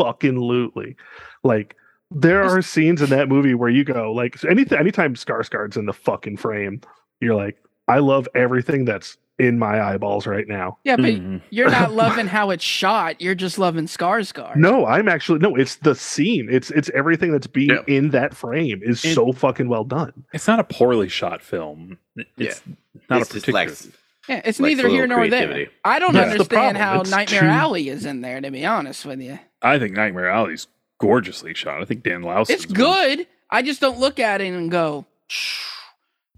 [SPEAKER 4] absolutely. Like, there are scenes in that movie where you go, like, so anything, anytime Skarsgård's in the fucking frame, you're like, I love everything that's in my eyeballs right now.
[SPEAKER 2] yeah, but
[SPEAKER 1] Mhm.
[SPEAKER 2] you're not loving how it's shot. You're just loving Skarsgård.
[SPEAKER 4] No, I'm actually no. It's the scene. It's it's everything that's being
[SPEAKER 3] Yeah.
[SPEAKER 4] in that frame is
[SPEAKER 1] And-
[SPEAKER 4] so fucking well done.
[SPEAKER 1] It's not a poorly shot film. It's not
[SPEAKER 3] This
[SPEAKER 1] a
[SPEAKER 3] just
[SPEAKER 1] particular.
[SPEAKER 3] lacks-
[SPEAKER 2] Yeah, it's
[SPEAKER 3] Lacks a
[SPEAKER 2] neither here
[SPEAKER 3] little
[SPEAKER 2] nor there.
[SPEAKER 3] creativity.
[SPEAKER 2] I don't
[SPEAKER 1] That's the
[SPEAKER 2] understand
[SPEAKER 4] problem.
[SPEAKER 2] how
[SPEAKER 4] It's
[SPEAKER 2] Nightmare
[SPEAKER 4] too-
[SPEAKER 2] Alley is in there. To be honest with you,
[SPEAKER 1] I think Nightmare Alley's gorgeously shot. I think Dan Louse.
[SPEAKER 2] it's
[SPEAKER 1] is one-
[SPEAKER 2] good. I just don't look at it and go,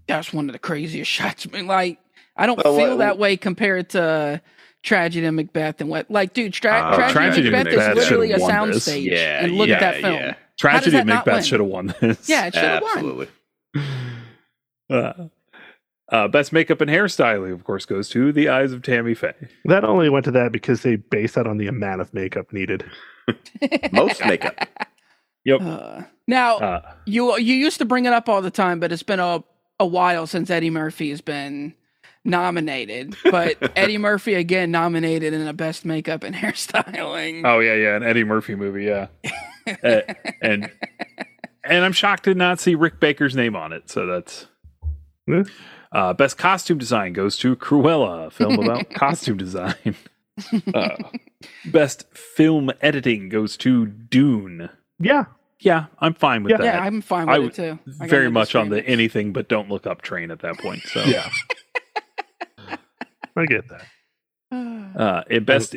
[SPEAKER 2] "That's one of the craziest shots." I mean, Like I don't
[SPEAKER 3] Well,
[SPEAKER 2] feel
[SPEAKER 3] what-
[SPEAKER 2] that way compared to Tragedy and Macbeth and what. Like, dude, tra-
[SPEAKER 3] Uh,
[SPEAKER 2] Tragedy
[SPEAKER 3] Tragedy
[SPEAKER 2] and
[SPEAKER 3] and
[SPEAKER 2] Macbeth
[SPEAKER 3] Macbeth
[SPEAKER 2] is literally a
[SPEAKER 1] should've won this.
[SPEAKER 2] soundstage.
[SPEAKER 3] Yeah.
[SPEAKER 2] and look
[SPEAKER 3] yeah,
[SPEAKER 2] at that film.
[SPEAKER 3] Yeah.
[SPEAKER 1] Tragedy
[SPEAKER 2] that
[SPEAKER 1] of
[SPEAKER 2] not win?
[SPEAKER 1] Macbeth should have won this.
[SPEAKER 2] Yeah, it should have won.
[SPEAKER 3] Absolutely.
[SPEAKER 1] Uh, uh, best makeup and hairstyling, of course, goes to the eyes of Tammy Faye.
[SPEAKER 4] That only went to that because they based that on the amount of makeup needed.
[SPEAKER 3] Most makeup.
[SPEAKER 2] Uh, now
[SPEAKER 1] Uh,
[SPEAKER 2] you you used to bring it up all the time, but it's been a a while since Eddie Murphy has been nominated. But Eddie Murphy again nominated in a best makeup and hairstyling.
[SPEAKER 1] Oh yeah, yeah, an Eddie Murphy movie, yeah. Uh, and and I'm shocked to not see Rick Baker's name on it. So that's
[SPEAKER 4] Yeah.
[SPEAKER 1] uh, best costume design goes to Cruella, a film about costume design. Uh, best film editing goes to Dune.
[SPEAKER 4] Yeah,
[SPEAKER 1] Yeah, I'm fine with
[SPEAKER 4] Yeah.
[SPEAKER 1] that.
[SPEAKER 2] yeah, I'm fine with
[SPEAKER 1] I
[SPEAKER 2] it too. I got
[SPEAKER 1] Very
[SPEAKER 2] no
[SPEAKER 1] much on the
[SPEAKER 2] disagreements.
[SPEAKER 1] anything but don't look up train at that point. So
[SPEAKER 4] yeah. I get that.
[SPEAKER 2] Uh,
[SPEAKER 1] uh, and best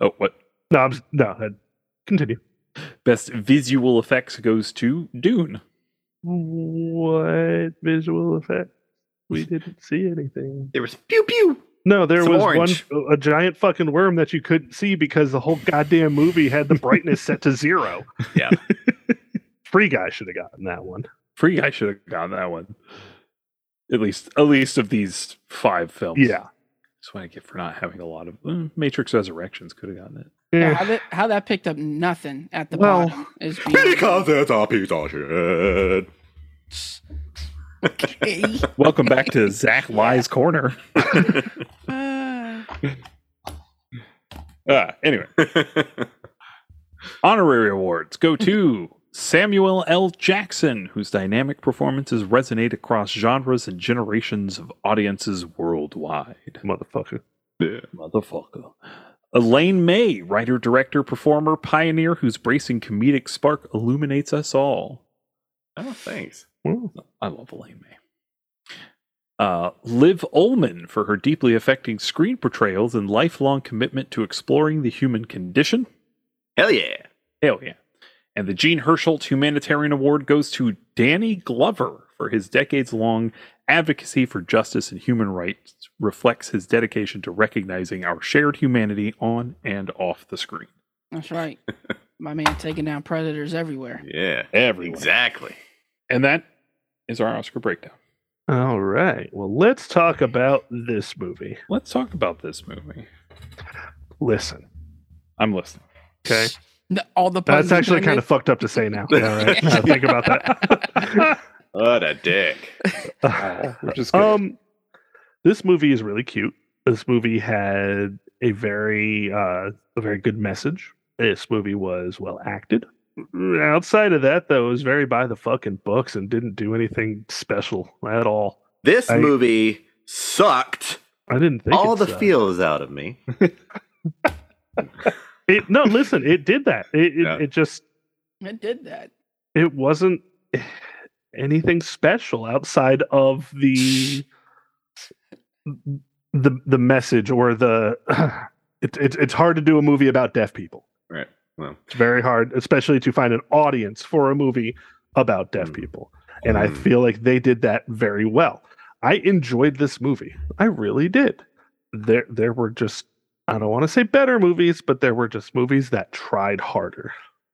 [SPEAKER 1] oh what
[SPEAKER 4] No, I'm s- no. that- Continue.
[SPEAKER 1] best visual effects goes to Dune.
[SPEAKER 4] What visual effect? We didn't see anything.
[SPEAKER 3] There was pew pew.
[SPEAKER 4] No, there
[SPEAKER 3] Some
[SPEAKER 4] was
[SPEAKER 3] orange.
[SPEAKER 4] one a giant fucking worm that you couldn't see because the whole goddamn movie had the brightness set to zero.
[SPEAKER 1] Yeah.
[SPEAKER 4] Free guy should have gotten that one.
[SPEAKER 1] Free I should have gotten that one. At least, at least of these five films.
[SPEAKER 4] Yeah.
[SPEAKER 1] that's what I get for not having a lot of Mm, Matrix Resurrections. Could have gotten it.
[SPEAKER 2] yeah,
[SPEAKER 4] Eh.
[SPEAKER 2] how, that, how that picked up nothing at the
[SPEAKER 4] Well-
[SPEAKER 2] bottom is beyond-
[SPEAKER 3] it's a piece of shit.
[SPEAKER 2] okay.
[SPEAKER 1] Welcome back to Zach Lies Corner.
[SPEAKER 2] Uh,
[SPEAKER 1] Uh, anyway, honorary awards go to Samuel L. Jackson, whose dynamic performances resonate across genres and generations of audiences worldwide.
[SPEAKER 4] Motherfucker.
[SPEAKER 1] Motherfucker. Elaine May, writer, director, performer, pioneer whose bracing comedic spark illuminates us all.
[SPEAKER 3] Oh, thanks.
[SPEAKER 4] Well,
[SPEAKER 1] I love Elaine May. Uh, Liv Ullman for her deeply affecting screen portrayals and lifelong commitment to exploring the human condition.
[SPEAKER 3] Hell yeah.
[SPEAKER 1] Hell yeah. And the Gene Herschelt Humanitarian Award goes to Danny Glover for his decades long advocacy for justice and human rights, reflects his dedication to recognizing our shared humanity on and off the screen.
[SPEAKER 2] That's right. My man taking down predators everywhere.
[SPEAKER 3] Yeah.
[SPEAKER 1] Everyone.
[SPEAKER 3] Exactly.
[SPEAKER 1] And that is our Oscar breakdown.
[SPEAKER 4] All right. Well, let's talk about this movie.
[SPEAKER 1] Let's talk about this movie.
[SPEAKER 4] Listen.
[SPEAKER 1] I'm listening.
[SPEAKER 4] Okay.
[SPEAKER 2] The- all the
[SPEAKER 4] That's
[SPEAKER 2] puns you
[SPEAKER 4] actually
[SPEAKER 2] can
[SPEAKER 4] kind
[SPEAKER 2] make.
[SPEAKER 4] of fucked up to say now. Yeah, all right. Now think about that.
[SPEAKER 3] What a dick.
[SPEAKER 1] Which is good.
[SPEAKER 4] um, this movie is really cute. This movie had a very uh, a very good message. This movie was well acted. Outside of that, though, it was very by the fucking books and didn't do anything special at all.
[SPEAKER 3] This
[SPEAKER 4] I-
[SPEAKER 3] movie sucked
[SPEAKER 4] I didn't think uh,
[SPEAKER 3] all
[SPEAKER 4] it
[SPEAKER 3] the
[SPEAKER 4] sucked.
[SPEAKER 3] feels out of me.
[SPEAKER 4] It, no, listen, it did that. It it,
[SPEAKER 3] Yeah.
[SPEAKER 4] it just
[SPEAKER 2] It did that.
[SPEAKER 4] it wasn't anything special outside of the the the message or the it, it, it's hard to do a movie about deaf people
[SPEAKER 3] Right. Well.
[SPEAKER 4] it's very hard especially to find an audience for a movie about deaf
[SPEAKER 3] Mm.
[SPEAKER 4] people and i
[SPEAKER 3] Mm.
[SPEAKER 4] feel like they did that very well i enjoyed this movie i really did there there were just i don't want to say better movies but there were just movies that tried harder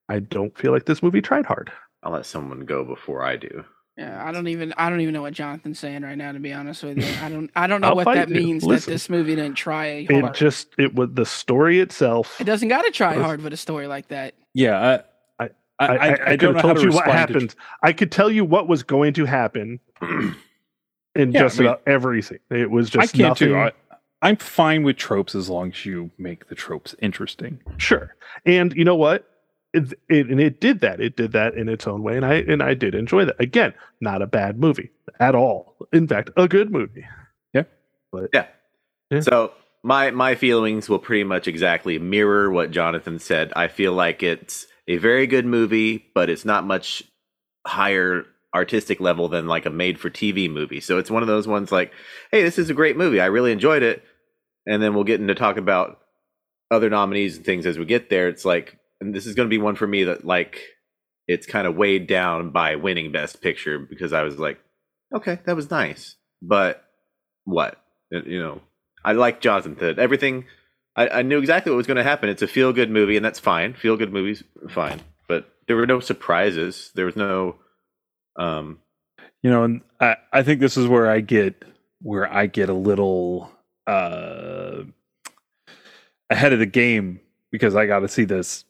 [SPEAKER 4] i don't feel like this movie tried hard
[SPEAKER 3] I'll let someone go before I do.
[SPEAKER 2] Yeah, I don't even I don't even know what Jonathan's saying right now. To be honest with you, I don't I don't know
[SPEAKER 4] I'll
[SPEAKER 2] what
[SPEAKER 4] fight
[SPEAKER 2] that
[SPEAKER 4] you.
[SPEAKER 2] means
[SPEAKER 4] Listen.
[SPEAKER 2] that this movie didn't try
[SPEAKER 4] it
[SPEAKER 2] hard. It,
[SPEAKER 4] just it was the story itself
[SPEAKER 2] doesn't got to try
[SPEAKER 4] Listen.
[SPEAKER 2] hard with a story like that.
[SPEAKER 1] yeah. I,
[SPEAKER 4] I-
[SPEAKER 1] I, I, I,
[SPEAKER 4] could've
[SPEAKER 1] don't know how
[SPEAKER 4] told
[SPEAKER 1] to
[SPEAKER 4] you what
[SPEAKER 1] respond to-
[SPEAKER 4] happened i could tell you what was going to happen in
[SPEAKER 1] Yeah, I
[SPEAKER 4] just
[SPEAKER 1] mean-
[SPEAKER 4] about every scene it was
[SPEAKER 1] I
[SPEAKER 4] just
[SPEAKER 1] can't
[SPEAKER 4] nothing
[SPEAKER 1] do. I, I'm fine with tropes as long as you make the tropes interesting.
[SPEAKER 4] sure and you know what it, it, and it did that it did that in its own way and i and i did enjoy that again not a bad movie at all in fact a good movie
[SPEAKER 3] Yeah.
[SPEAKER 4] Yeah.
[SPEAKER 3] So my my feelings will pretty much exactly mirror what Jonathan said. I feel like it's a very good movie, but it's not much higher artistic level than like a made for TV movie. So it's one of those ones like, hey, this is a great movie. I really enjoyed it. And then we'll get into talking about other nominees and things as we get there. It's like and this is going to be one for me that like it's kind of weighed down by winning best picture because I was like, okay, that was nice. But what? Uh, you know, I like Jonathan Thid. Everything, I, I knew exactly what was going to happen. It's a feel good movie, and that's fine. Feel good movies, fine. But there were no surprises. There was no, um,
[SPEAKER 1] you know and i i think this is where i get where i get a little uh ahead of the game because i got to see this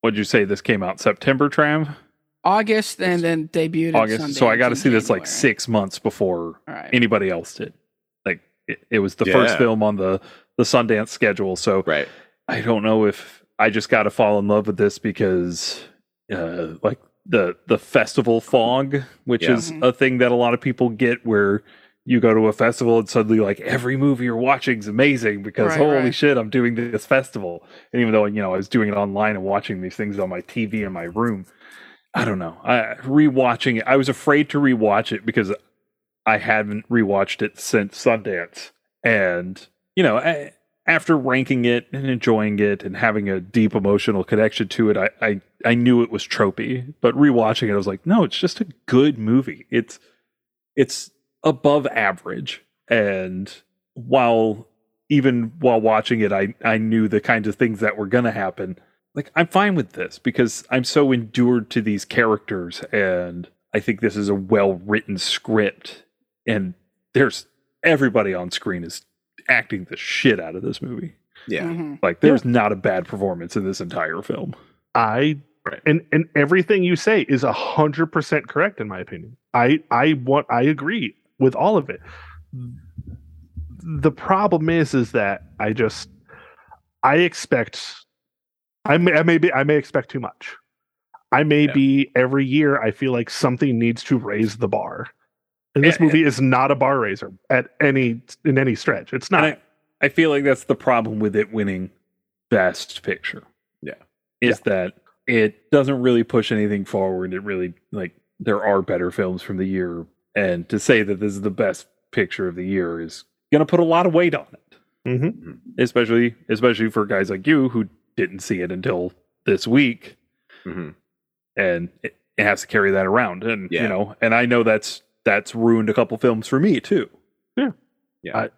[SPEAKER 1] what'd you say this came out september tram
[SPEAKER 2] August and then debuted in
[SPEAKER 1] august so i
[SPEAKER 2] Sundance
[SPEAKER 1] got to
[SPEAKER 2] in
[SPEAKER 1] see this like
[SPEAKER 2] January.
[SPEAKER 1] six months before
[SPEAKER 2] All right.
[SPEAKER 1] anybody else did like it, it was the first
[SPEAKER 3] Yeah.
[SPEAKER 1] film on the the sundance schedule so
[SPEAKER 3] right.
[SPEAKER 1] I don't know if I just got to fall in love with this because, uh, like the the festival fog, which
[SPEAKER 3] Yeah.
[SPEAKER 1] is a thing that a lot of people get, where you go to a festival and suddenly like every movie you're watching is amazing because
[SPEAKER 2] Right,
[SPEAKER 1] holy
[SPEAKER 2] right.
[SPEAKER 1] shit, I'm doing this festival. And even though you know I was doing it online and watching these things on my TV in my room, I don't know. I rewatching it, I was afraid to rewatch it because I haven't rewatched it since Sundance, and you know. I, after ranking it and enjoying it and having a deep emotional connection to it, I, I, I knew it was tropey, but rewatching it, I was like, no, it's just a good movie. It's it's above average. And while even while watching it, I, I knew the kinds of things that were gonna happen. Like I'm fine with this because I'm so endured to these characters and I think this is a well written script and there's everybody on screen is acting the shit out of this movie.
[SPEAKER 3] Yeah.
[SPEAKER 2] Mhm.
[SPEAKER 1] Like there's not a bad performance in this entire film.
[SPEAKER 4] i
[SPEAKER 3] Right.
[SPEAKER 4] and and everything you say is a hundred percent correct in my opinion i i want i agree with all of it the problem is is that i just i expect i may, I may be i may expect too much i may
[SPEAKER 3] Yeah.
[SPEAKER 4] be every year i feel like something needs to raise the bar and this
[SPEAKER 1] Yeah,
[SPEAKER 4] movie is not a bar raiser at any in any stretch it's not
[SPEAKER 1] And I, I feel like that's the problem with it winning best picture.
[SPEAKER 3] Yeah.
[SPEAKER 1] Is that it doesn't really push anything forward. It really like there are better films from the year. And to say that this is the best picture of the year is gonna put a lot of weight on it.
[SPEAKER 4] Mhm.
[SPEAKER 1] Especially especially for guys like you who didn't see it until this week.
[SPEAKER 3] hmm
[SPEAKER 1] and it, it has to carry that around and
[SPEAKER 3] Yeah.
[SPEAKER 1] you know and i know that's that's ruined a couple films for me too
[SPEAKER 3] Yeah.
[SPEAKER 4] I-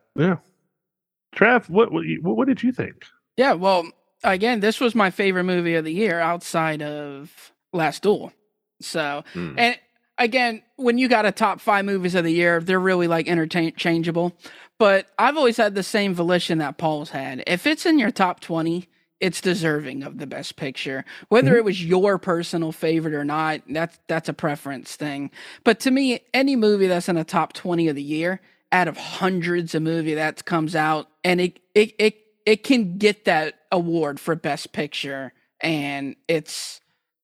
[SPEAKER 4] trav what, what you- what did you think
[SPEAKER 2] Yeah, well, again, this was my favorite movie of the year outside of Last Duel. So,
[SPEAKER 3] Mm.
[SPEAKER 2] and again, when you got a top five movies of the year, they're really like interchangeable. But I've always had the same volition that Paul's had. If it's in your top 20, it's deserving of the best picture. Whether it was your personal favorite or not, that's that's a preference thing. But to me, any movie that's in the top 20 of the year, out of hundreds of movie that comes out, and it it it it can get that award for best picture and it's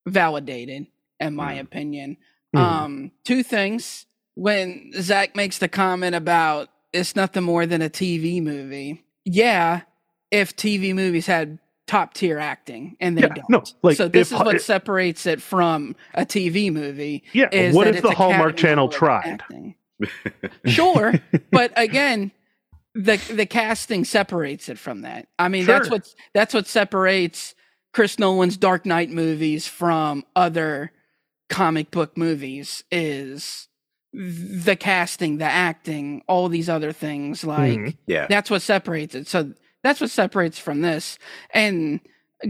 [SPEAKER 2] validated in my
[SPEAKER 3] Mm.
[SPEAKER 2] opinion.
[SPEAKER 4] Mhm.
[SPEAKER 2] Um, two things. When Zach makes the comment about it's nothing more than a TV movie, yeah, if TV movies had top tier acting and they
[SPEAKER 4] Yeah,
[SPEAKER 2] don't.
[SPEAKER 4] no, like,
[SPEAKER 2] so this
[SPEAKER 4] if-
[SPEAKER 2] is what
[SPEAKER 4] if-
[SPEAKER 2] separates it from a TV movie.
[SPEAKER 4] Yeah.
[SPEAKER 2] Is
[SPEAKER 4] what
[SPEAKER 2] that
[SPEAKER 4] if the
[SPEAKER 2] it's
[SPEAKER 4] Hallmark
[SPEAKER 2] Academy
[SPEAKER 4] Channel
[SPEAKER 2] Award
[SPEAKER 4] tried?
[SPEAKER 2] acting. sure, but again, the the casting separates it from that. I mean, that's
[SPEAKER 4] Sure.
[SPEAKER 2] what that's what separates Chris Nolan's Dark Knight movies from other comic book movies is the casting, the acting, all these other things like
[SPEAKER 4] Mhm.
[SPEAKER 3] Yeah.
[SPEAKER 2] that's what separates it. So that's what separates from this. And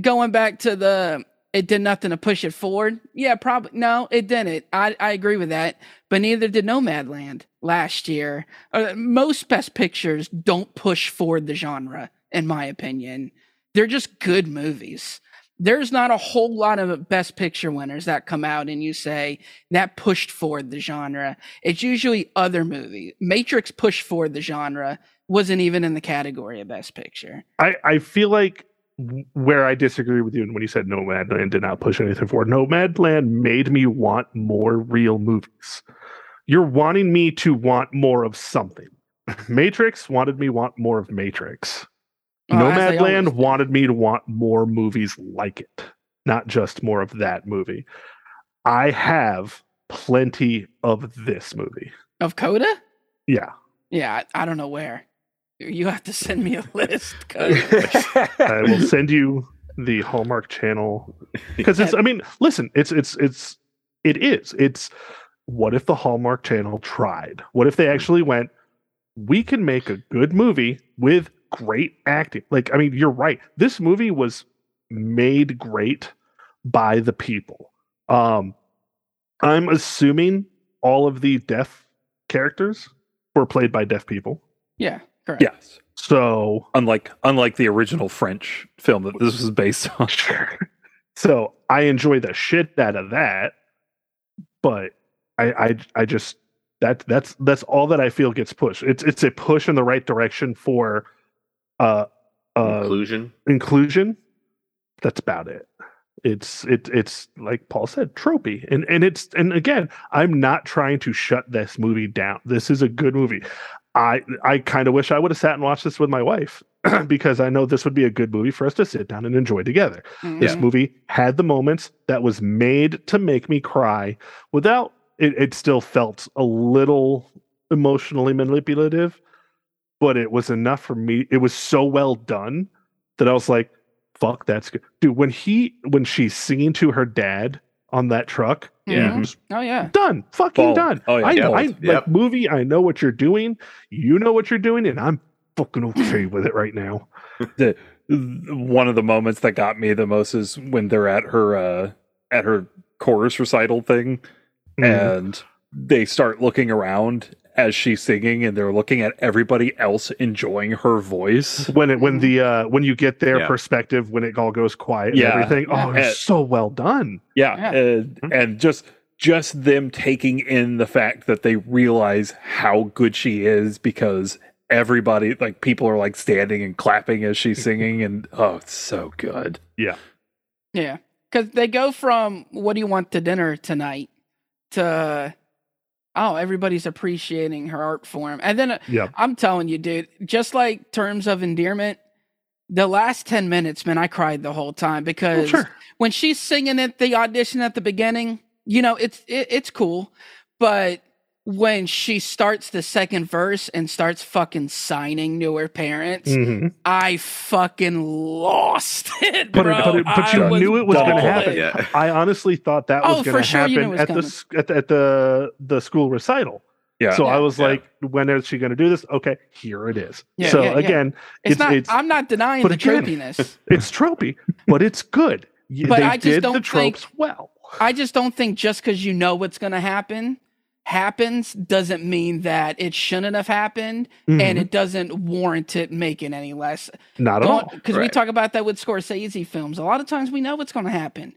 [SPEAKER 2] going back to the it did nothing to push it forward. Yeah, probably no, it didn't. I I agree with that. But neither did Nomadland last year. Uh, most best pictures don't push forward the genre, in my opinion. They're just good movies. There's not a whole lot of best picture winners that come out and you say that pushed forward the genre. It's usually other movie. Matrix pushed forward the genre wasn't even in the category of best picture.
[SPEAKER 4] I, I feel like w- where I disagree with you and when you said Nomadland did not push anything forward, Nomadland made me want more real movies. You're wanting me to want more of something. Matrix wanted me want more of Matrix.
[SPEAKER 2] Well, as they always
[SPEAKER 4] Nomadland
[SPEAKER 2] do.
[SPEAKER 4] wanted me to want more movies like it, not just more of that movie. I have plenty of this movie.
[SPEAKER 2] of Coda.
[SPEAKER 4] Yeah,
[SPEAKER 2] Yeah, I, I don't know where. You have to send me a list. Coda.
[SPEAKER 4] I will send you the Hallmark Channel because it's. I mean, listen, it's it's it's it is. It's what if the Hallmark Channel tried? What if they actually went? We can make a good movie with great acting. Like, I mean, you're right. This movie was made great by the people. Um, I'm assuming all of the deaf characters were played by deaf people.
[SPEAKER 2] yeah, correct.
[SPEAKER 1] Yes.
[SPEAKER 4] So
[SPEAKER 1] Unlike unlike the original French film that this was based on.
[SPEAKER 4] Sure. So I enjoy the shit out of that, but I I I just that that's that's all that I feel gets pushed. It's it's a push in the right direction for uh uh
[SPEAKER 3] Inclusion.
[SPEAKER 4] inclusion. That's about it. It's it it's like Paul said, tropey. And and it's and again, I'm not trying to shut this movie down. This is a good movie. I I kind of wish I would have sat and watched this with my wife because I know this would be a good movie for us to sit down and enjoy together. This
[SPEAKER 2] Mhm.
[SPEAKER 4] movie had the moments that was made to make me cry without it, it still felt a little emotionally manipulative, but it was enough for me. It was so well done that I was like, fuck, that's good. Dude, when he when she's singing to her dad on that truck,
[SPEAKER 3] Yeah.
[SPEAKER 2] Mhm. Oh yeah.
[SPEAKER 4] done. Fucking
[SPEAKER 1] Bald.
[SPEAKER 4] done.
[SPEAKER 1] Mm-hmm. Oh, yeah,
[SPEAKER 4] I,
[SPEAKER 1] bald.
[SPEAKER 4] I
[SPEAKER 3] Yep.
[SPEAKER 4] like movie, I know what you're doing. You know what you're doing, and I'm fucking okay with it right now.
[SPEAKER 1] one of the moments that got me the most is when they're at her uh at her chorus recital thing
[SPEAKER 4] Mm-hmm.
[SPEAKER 1] and they start looking around as she's singing and they're looking at everybody else enjoying her voice
[SPEAKER 4] when it when the uh when you get their
[SPEAKER 3] Yeah.
[SPEAKER 4] perspective when it all goes quiet
[SPEAKER 1] Yeah.
[SPEAKER 4] and everything oh
[SPEAKER 1] Yeah.
[SPEAKER 4] it's so well done
[SPEAKER 1] yeah,
[SPEAKER 2] Yeah.
[SPEAKER 1] And, and just just them taking in the fact that they realize how good she is because everybody like people are like standing and clapping as she's singing and oh it's so good
[SPEAKER 2] Yeah. Because they go from what do you want to dinner tonight to oh, everybody's appreciating her art form. And then uh,
[SPEAKER 4] Yeah.
[SPEAKER 2] I'm telling you, dude, just like terms of endearment, the last 10 minutes, man, I cried the whole time because
[SPEAKER 4] Oh, sure.
[SPEAKER 2] when she's singing at the audition at the beginning, you know, it's it, it's cool. But when she starts the second verse and starts fucking signing to her parents,
[SPEAKER 4] Mhm.
[SPEAKER 2] I fucking lost it,
[SPEAKER 4] But it-
[SPEAKER 2] bro.
[SPEAKER 4] but it- but you
[SPEAKER 2] I
[SPEAKER 4] knew it was
[SPEAKER 1] gonna
[SPEAKER 2] bawling.
[SPEAKER 4] happen.
[SPEAKER 3] Yeah.
[SPEAKER 4] i honestly thought that was
[SPEAKER 2] Oh, for
[SPEAKER 4] going to
[SPEAKER 2] sure, you
[SPEAKER 4] happen
[SPEAKER 2] knew it was
[SPEAKER 4] at the
[SPEAKER 2] coming.
[SPEAKER 4] s- at the, at the the school recital
[SPEAKER 1] Yeah.
[SPEAKER 4] So I
[SPEAKER 2] Yeah.
[SPEAKER 4] was
[SPEAKER 3] Yeah.
[SPEAKER 4] like, when is she going to do this? Okay, here it is.
[SPEAKER 2] Yeah,
[SPEAKER 4] so
[SPEAKER 2] yeah, yeah.
[SPEAKER 4] again,
[SPEAKER 2] It's,
[SPEAKER 4] it's
[SPEAKER 2] not.
[SPEAKER 4] it's,
[SPEAKER 2] I'm not denying
[SPEAKER 4] but
[SPEAKER 2] the
[SPEAKER 4] again-
[SPEAKER 2] tropiness.
[SPEAKER 4] it's tropey, but it's good. Y-
[SPEAKER 2] But
[SPEAKER 4] they
[SPEAKER 2] I just
[SPEAKER 4] did the
[SPEAKER 2] don't
[SPEAKER 4] tropes well.
[SPEAKER 2] I just don't think just because you know what's going to happen happens doesn't mean that it shouldn't have happened, and
[SPEAKER 4] Mhm.
[SPEAKER 2] it doesn't warrant it making any less.
[SPEAKER 4] not at all.
[SPEAKER 2] Because we
[SPEAKER 3] Right.
[SPEAKER 2] talk about that with Scorsese films. A lot of times we know what's going to happen.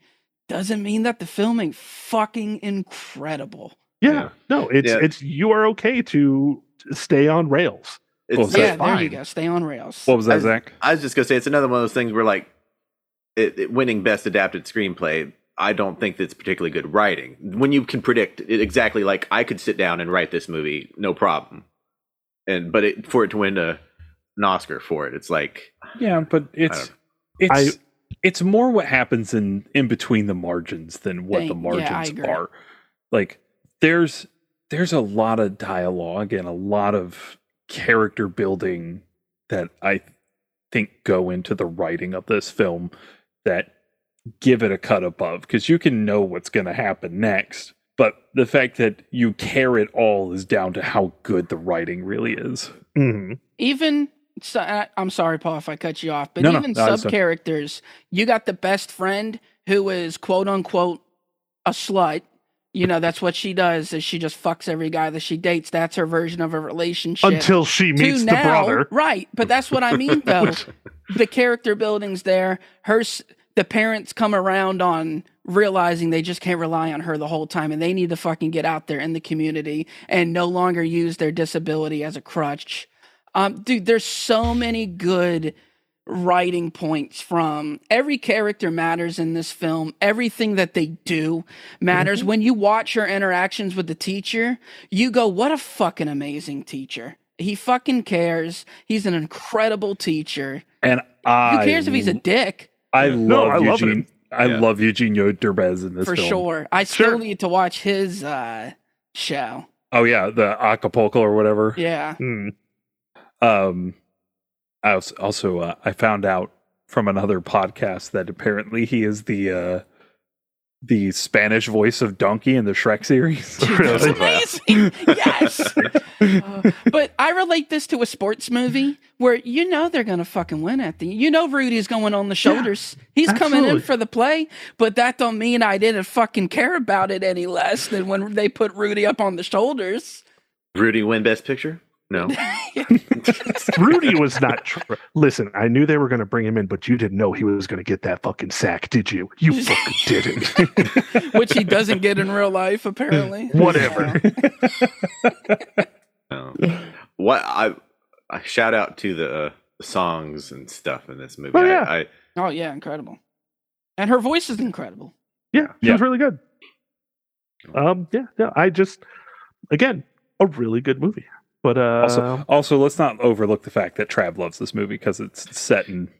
[SPEAKER 2] Doesn't mean that the filming fucking incredible.
[SPEAKER 4] Yeah,
[SPEAKER 3] Yeah.
[SPEAKER 4] no, it's
[SPEAKER 3] Yeah.
[SPEAKER 4] it's you are okay to stay on rails.
[SPEAKER 3] It's
[SPEAKER 1] Well, So
[SPEAKER 2] yeah,
[SPEAKER 3] like-
[SPEAKER 2] there you
[SPEAKER 4] fine.
[SPEAKER 2] go. Stay on rails.
[SPEAKER 1] What was that,
[SPEAKER 3] I-
[SPEAKER 1] Zach?
[SPEAKER 3] I was just gonna say it's another one of those things where like it, it- winning best adapted screenplay. I don't think that's particularly good writing when you can predict it exactly. Like I could sit down and write this movie, no problem. And but it, for it to win a, an Oscar for it, it's like
[SPEAKER 1] Yeah, but it's it's it's more what happens in in between the margins than what the
[SPEAKER 2] Thank- yeah, I
[SPEAKER 1] margins
[SPEAKER 2] agree.
[SPEAKER 1] are. Like there's there's a lot of dialogue and a lot of character building that I think go into the writing of this film that give it a cut above because you can know what's going to happen next. But the fact that you care it all is down to how good the writing really is.
[SPEAKER 4] hmm
[SPEAKER 2] even so, I- I'm sorry, Paul, if I cut you off, but
[SPEAKER 1] No, no,
[SPEAKER 2] even
[SPEAKER 1] no, I was
[SPEAKER 2] sub characters, you got the best friend who is quote unquote a slut. You know, that's what she does is she just fucks every guy that she dates. That's her version of a relationship.
[SPEAKER 4] Until she
[SPEAKER 2] To
[SPEAKER 4] meets the brother.
[SPEAKER 2] Right. But that's what I mean though. the character building's there. Her s- the parents come around on realizing they just can't rely on her the whole time and they need to fucking get out there in the community and no longer use their disability as a crutch. Um dude, there's so many good writing points from every character matters in this film. Everything that they do matters. When you watch her interactions with the teacher, you go, "What a fucking amazing teacher." He fucking cares. He's an incredible teacher.
[SPEAKER 1] And
[SPEAKER 2] Who
[SPEAKER 1] I
[SPEAKER 2] cares if he's a dick?
[SPEAKER 1] I
[SPEAKER 3] Yeah.
[SPEAKER 1] love
[SPEAKER 4] No, I love it.
[SPEAKER 1] Eugene. I
[SPEAKER 3] Yeah.
[SPEAKER 1] love Eugene Derbez in this
[SPEAKER 2] For
[SPEAKER 1] film.
[SPEAKER 2] sure. I still
[SPEAKER 4] Sure.
[SPEAKER 2] need to watch his uh show.
[SPEAKER 1] Oh yeah, the Acapulco or whatever.
[SPEAKER 2] Yeah.
[SPEAKER 4] Mm.
[SPEAKER 1] Um, I als- also uh, I found out from another podcast that apparently he is the uh, the Spanish voice of Donkey in the Shrek series.
[SPEAKER 2] Dude, that's
[SPEAKER 4] Really?
[SPEAKER 2] amazing. yes. Uh, but I relate this to a sports movie where you know they're going to fucking win at the. You know Rudy's going on the shoulders. He's coming in
[SPEAKER 4] absolutely.
[SPEAKER 2] for the play, but that don't mean I didn't fucking care about it any less than when they put Rudy up on the shoulders.
[SPEAKER 3] Rudy win Best Picture. No,
[SPEAKER 4] Rudy was not. Tr- Listen, I knew they were going to bring him in, but you didn't know he was going to get that fucking sack, did you? You fucking didn't.
[SPEAKER 2] Which he doesn't get in real life, apparently.
[SPEAKER 4] Whatever.
[SPEAKER 2] So,
[SPEAKER 3] no. What I, I shout out to the uh, songs and stuff in this movie.
[SPEAKER 4] Oh, yeah.
[SPEAKER 3] I, I
[SPEAKER 2] oh yeah, incredible. And her voice is incredible.
[SPEAKER 4] Yeah, she
[SPEAKER 1] Yeah.
[SPEAKER 4] was really good. Um, yeah, yeah. I just again a really good movie, but uh,
[SPEAKER 1] also, also let's not overlook the fact that Trav loves this movie because it's set in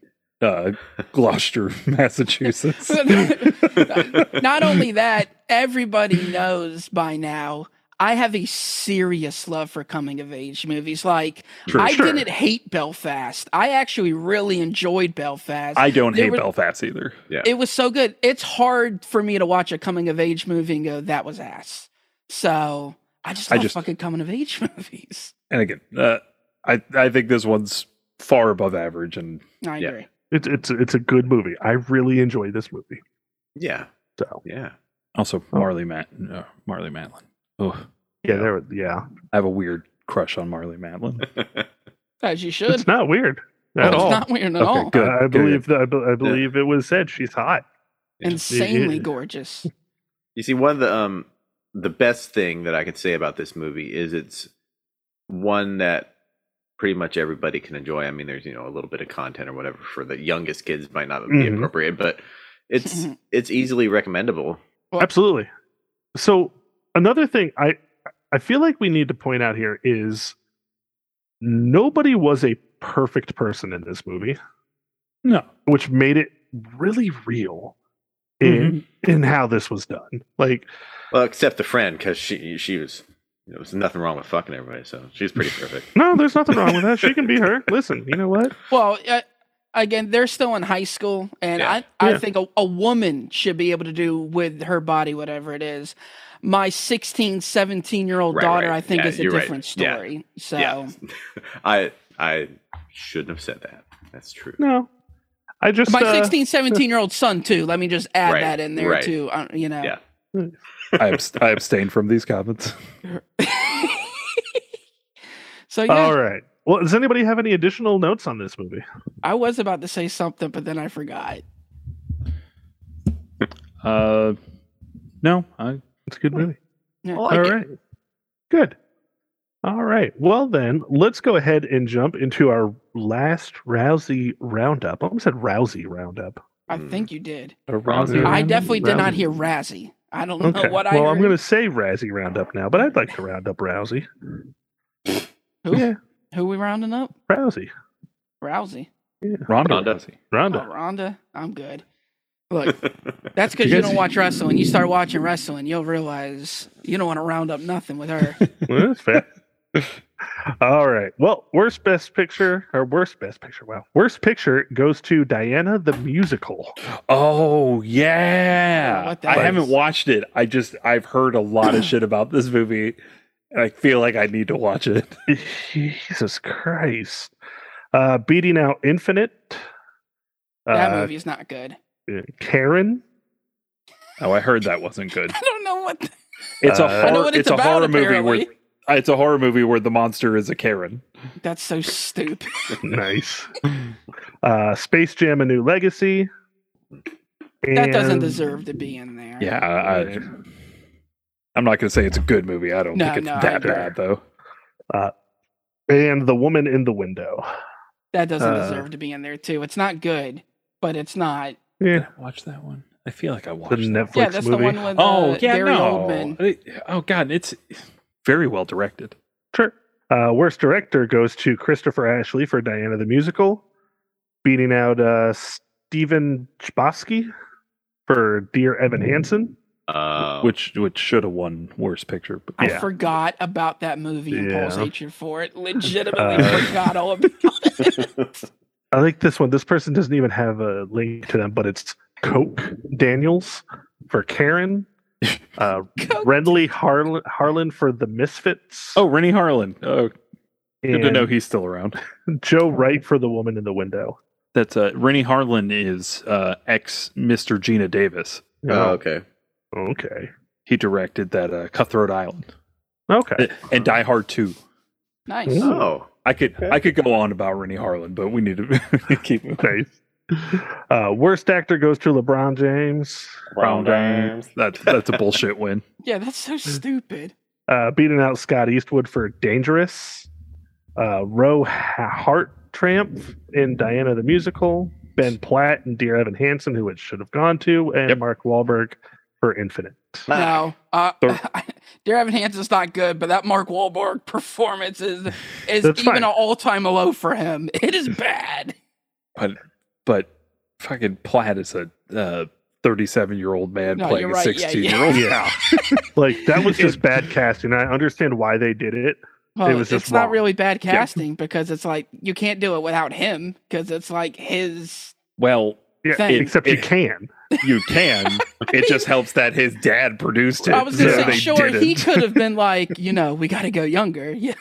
[SPEAKER 1] uh, Gloucester, Massachusetts.
[SPEAKER 2] Not only that, everybody knows by now. I have a serious love for coming of age movies. Like
[SPEAKER 3] Sure,
[SPEAKER 2] I
[SPEAKER 4] sure.
[SPEAKER 2] didn't hate Belfast. I actually really enjoyed Belfast.
[SPEAKER 1] I don't
[SPEAKER 2] There
[SPEAKER 1] hate
[SPEAKER 2] were-
[SPEAKER 1] Belfast either.
[SPEAKER 2] it was so good. It's hard for me to watch a coming of age movie and go, "That was ass." So I just
[SPEAKER 1] I
[SPEAKER 2] love
[SPEAKER 1] just-
[SPEAKER 2] fucking coming of age movies.
[SPEAKER 1] And again, uh, I I think this one's far above average and
[SPEAKER 2] I
[SPEAKER 3] Yeah.
[SPEAKER 2] agree.
[SPEAKER 4] it's it's it's a good movie. I really enjoyed this movie.
[SPEAKER 3] yeah,
[SPEAKER 4] So
[SPEAKER 3] yeah.
[SPEAKER 1] Also,
[SPEAKER 4] Oh.
[SPEAKER 1] Marley Mat, uh, Marley Matlin. Oh,
[SPEAKER 4] yeah,
[SPEAKER 3] Yeah.
[SPEAKER 4] there. were- Yeah,
[SPEAKER 1] I have a weird crush on Marley Matlin.
[SPEAKER 2] As you should.
[SPEAKER 4] it's not weird at
[SPEAKER 2] it's
[SPEAKER 4] all.
[SPEAKER 2] not weird at
[SPEAKER 1] Okay,
[SPEAKER 2] all.
[SPEAKER 1] good.
[SPEAKER 4] I, I
[SPEAKER 1] good.
[SPEAKER 4] believe that I, be- I believe it was said she's hot.
[SPEAKER 2] Insanely
[SPEAKER 4] Yeah.
[SPEAKER 2] gorgeous.
[SPEAKER 3] You see, one of the um the best thing that I can say about this movie is it's one that pretty much everybody can enjoy. I mean, there's you know a little bit of content or whatever for the youngest kids might not be
[SPEAKER 4] Mhm.
[SPEAKER 3] appropriate, but it's it's easily recommendable.
[SPEAKER 2] Well-
[SPEAKER 4] Absolutely. So another thing I I feel like we need to point out here is nobody was a perfect person in this movie.
[SPEAKER 1] No,
[SPEAKER 4] which made it really real
[SPEAKER 1] Mhm.
[SPEAKER 4] in in how this was done. Like,
[SPEAKER 3] Well, except the friend because she she was you know, there's nothing wrong with fucking everybody, so she's pretty perfect.
[SPEAKER 4] no, there's nothing wrong with that. She can be her. Listen, you know what?
[SPEAKER 2] Well, I, again, they're still in high school, and
[SPEAKER 3] Yeah.
[SPEAKER 2] I, I
[SPEAKER 4] Yeah.
[SPEAKER 2] think a, a woman should be able to do with her body whatever it is. My 16, 17 year old
[SPEAKER 3] Right,
[SPEAKER 2] daughter,
[SPEAKER 3] right.
[SPEAKER 2] I think,
[SPEAKER 3] Yeah,
[SPEAKER 2] is a
[SPEAKER 3] you're right.
[SPEAKER 2] different
[SPEAKER 3] Yeah.
[SPEAKER 2] story. So,
[SPEAKER 3] Yeah. I I shouldn't have said that. That's true.
[SPEAKER 4] No, I just
[SPEAKER 2] my
[SPEAKER 4] uh,
[SPEAKER 2] 16, 17 year old son, too. Let me just add
[SPEAKER 3] Right,
[SPEAKER 2] that in there,
[SPEAKER 3] right.
[SPEAKER 2] too. Uh, you know,
[SPEAKER 3] Yeah.
[SPEAKER 1] I, abst- I abstain from these comments.
[SPEAKER 2] so yeah,
[SPEAKER 4] All right. Well, does anybody have any additional notes on this movie?
[SPEAKER 2] I was about to say something, but then I forgot.
[SPEAKER 1] Uh, no, I, uh,
[SPEAKER 4] It's a good movie.
[SPEAKER 2] Yeah.
[SPEAKER 3] I like
[SPEAKER 4] All
[SPEAKER 3] it.
[SPEAKER 4] right. Good. All right. Well, then let's go ahead and jump into our last Rousey roundup. I almost said Rousey roundup.
[SPEAKER 2] I
[SPEAKER 3] Mm.
[SPEAKER 2] think you did.
[SPEAKER 3] Rousey
[SPEAKER 2] I
[SPEAKER 3] Roundup,
[SPEAKER 2] definitely did
[SPEAKER 4] Mm-hmm. Rousey.
[SPEAKER 2] not hear Razzie. I don't know
[SPEAKER 4] Okay.
[SPEAKER 2] Oh, what I
[SPEAKER 4] well, I'm
[SPEAKER 2] heard.
[SPEAKER 4] going to say Razzie roundup now, but I'd like to round up Rousey.
[SPEAKER 2] Who?
[SPEAKER 4] Yeah,
[SPEAKER 2] Who we rounding up?
[SPEAKER 4] Rousey
[SPEAKER 2] Rousey.
[SPEAKER 1] Ronda
[SPEAKER 3] Ronda.
[SPEAKER 1] Rousey.
[SPEAKER 2] Oh,
[SPEAKER 4] Roundup.
[SPEAKER 2] Rhonda. I'm good. Look, that's because you
[SPEAKER 4] guys-
[SPEAKER 2] don't watch wrestling. You start watching wrestling, you'll realize you don't want to round up nothing with her.
[SPEAKER 3] Oh.
[SPEAKER 4] Well, that's fair. All right. Well, worst best picture or worst best picture. Wow. Worst picture goes to Diana the Musical.
[SPEAKER 1] Oh yeah,
[SPEAKER 2] What the
[SPEAKER 1] I
[SPEAKER 2] heck?
[SPEAKER 1] haven't watched it. I just I've heard a lot of shit about this movie. and I feel like I need to watch it.
[SPEAKER 4] Jesus Christ. Uh, beating out Infinite.
[SPEAKER 2] That
[SPEAKER 4] Uh,
[SPEAKER 2] movie's not good.
[SPEAKER 4] Karen.
[SPEAKER 1] Oh, I heard that wasn't good.
[SPEAKER 2] I don't know what. The,
[SPEAKER 1] It's a
[SPEAKER 4] Uh, I
[SPEAKER 2] I
[SPEAKER 1] horror.
[SPEAKER 2] know what
[SPEAKER 1] it's,
[SPEAKER 2] it's,
[SPEAKER 1] a
[SPEAKER 2] about.
[SPEAKER 1] horror
[SPEAKER 2] apparently.
[SPEAKER 1] movie where uh, it's a horror movie where the monster is a Karen.
[SPEAKER 2] That's so stupid.
[SPEAKER 4] Nice. uh, Space Jam: A New Legacy.
[SPEAKER 2] That doesn't
[SPEAKER 4] and-
[SPEAKER 2] deserve to be in there.
[SPEAKER 1] Yeah, I, I'm not gonna say it's a good movie. I don't
[SPEAKER 2] No,
[SPEAKER 1] think it's
[SPEAKER 2] no, I
[SPEAKER 1] that
[SPEAKER 2] agree.
[SPEAKER 1] bad though.
[SPEAKER 4] And the woman in the window.
[SPEAKER 2] That doesn't
[SPEAKER 4] Uh,
[SPEAKER 2] deserve to be in there too. It's not good, but it's not.
[SPEAKER 4] Yeah,
[SPEAKER 1] Watch that one. I feel like I
[SPEAKER 4] the
[SPEAKER 1] watched. that.
[SPEAKER 4] Netflix
[SPEAKER 2] Yeah, that's
[SPEAKER 4] movie.
[SPEAKER 2] the one with uh,
[SPEAKER 1] Oh yeah,
[SPEAKER 2] Gary
[SPEAKER 1] no.
[SPEAKER 2] Oldman.
[SPEAKER 1] I- oh god, it's very well directed.
[SPEAKER 4] Sure. Uh, worst director goes to Christopher Ashley for Diana the Musical, beating out uh, Stephen Chbosky for Dear Evan Hansen.
[SPEAKER 2] Oh.
[SPEAKER 3] Uh,
[SPEAKER 1] Which which should have won worst picture. But
[SPEAKER 2] I
[SPEAKER 4] Yeah.
[SPEAKER 2] forgot about that movie and Paul's
[SPEAKER 4] Yeah.
[SPEAKER 2] hatred for it. Legitimately
[SPEAKER 4] Uh,
[SPEAKER 2] forgot all about it.
[SPEAKER 4] I like this one. This person doesn't even have a link to them, but it's Coke Daniels for Karen, uh,
[SPEAKER 2] Coke.
[SPEAKER 4] Renly Harlan, Harlan for The Misfits.
[SPEAKER 1] oh, Rennie Harlan. Oh, good to
[SPEAKER 4] and
[SPEAKER 1] know he's still around.
[SPEAKER 4] Joe Wright for The Woman in the Window.
[SPEAKER 1] That's uh, Rennie Harlan is uh, ex Mr. Gina Davis.
[SPEAKER 3] oh, okay.
[SPEAKER 4] okay.
[SPEAKER 1] He directed that uh, Cutthroat Island
[SPEAKER 4] Okay.
[SPEAKER 1] and, and Die Hard Two.
[SPEAKER 2] Nice.
[SPEAKER 4] Ooh.
[SPEAKER 3] Oh,
[SPEAKER 1] I could
[SPEAKER 4] Okay.
[SPEAKER 1] I could go on about Rennie Harlan, but we need to keep moving.
[SPEAKER 4] Nice. Uh, worst actor goes to LeBron James,
[SPEAKER 1] That's that's a bullshit win.
[SPEAKER 2] Yeah, that's so stupid.
[SPEAKER 4] uh, beating out Scott Eastwood for Dangerous, uh, Roe Hart Tramp in Diana the Musical, Ben Platt and Dear Evan Hansen, who it should have gone to, and
[SPEAKER 1] Yep.
[SPEAKER 4] Mark Wahlberg for Infinite.
[SPEAKER 2] No, uh,
[SPEAKER 1] The-
[SPEAKER 2] Dear Evan Hansen's not good, but that Mark Wahlberg performance is is
[SPEAKER 4] That's
[SPEAKER 2] even
[SPEAKER 4] fine.
[SPEAKER 2] an all time low for him. It is bad.
[SPEAKER 1] But but fucking Platt is a thirty seven year old man
[SPEAKER 2] No,
[SPEAKER 1] playing
[SPEAKER 2] you're
[SPEAKER 1] a
[SPEAKER 2] right. Yeah, yeah.
[SPEAKER 1] sixteen year old.
[SPEAKER 4] Yeah. like that was just bad casting. I understand why they did it.
[SPEAKER 2] Well,
[SPEAKER 4] It was just
[SPEAKER 2] it's not
[SPEAKER 4] wrong.
[SPEAKER 2] really bad casting because it's like you can't do it without him because it's like his
[SPEAKER 1] Well,
[SPEAKER 4] Yeah,
[SPEAKER 2] Thank-
[SPEAKER 4] except you
[SPEAKER 1] it-
[SPEAKER 4] can.
[SPEAKER 1] you can. it just helps that his dad produced it.
[SPEAKER 2] I was gonna
[SPEAKER 4] Yeah.
[SPEAKER 2] say,
[SPEAKER 1] they
[SPEAKER 2] sure, he
[SPEAKER 1] didn't.
[SPEAKER 2] could have been like, you know, we got to go younger, yeah,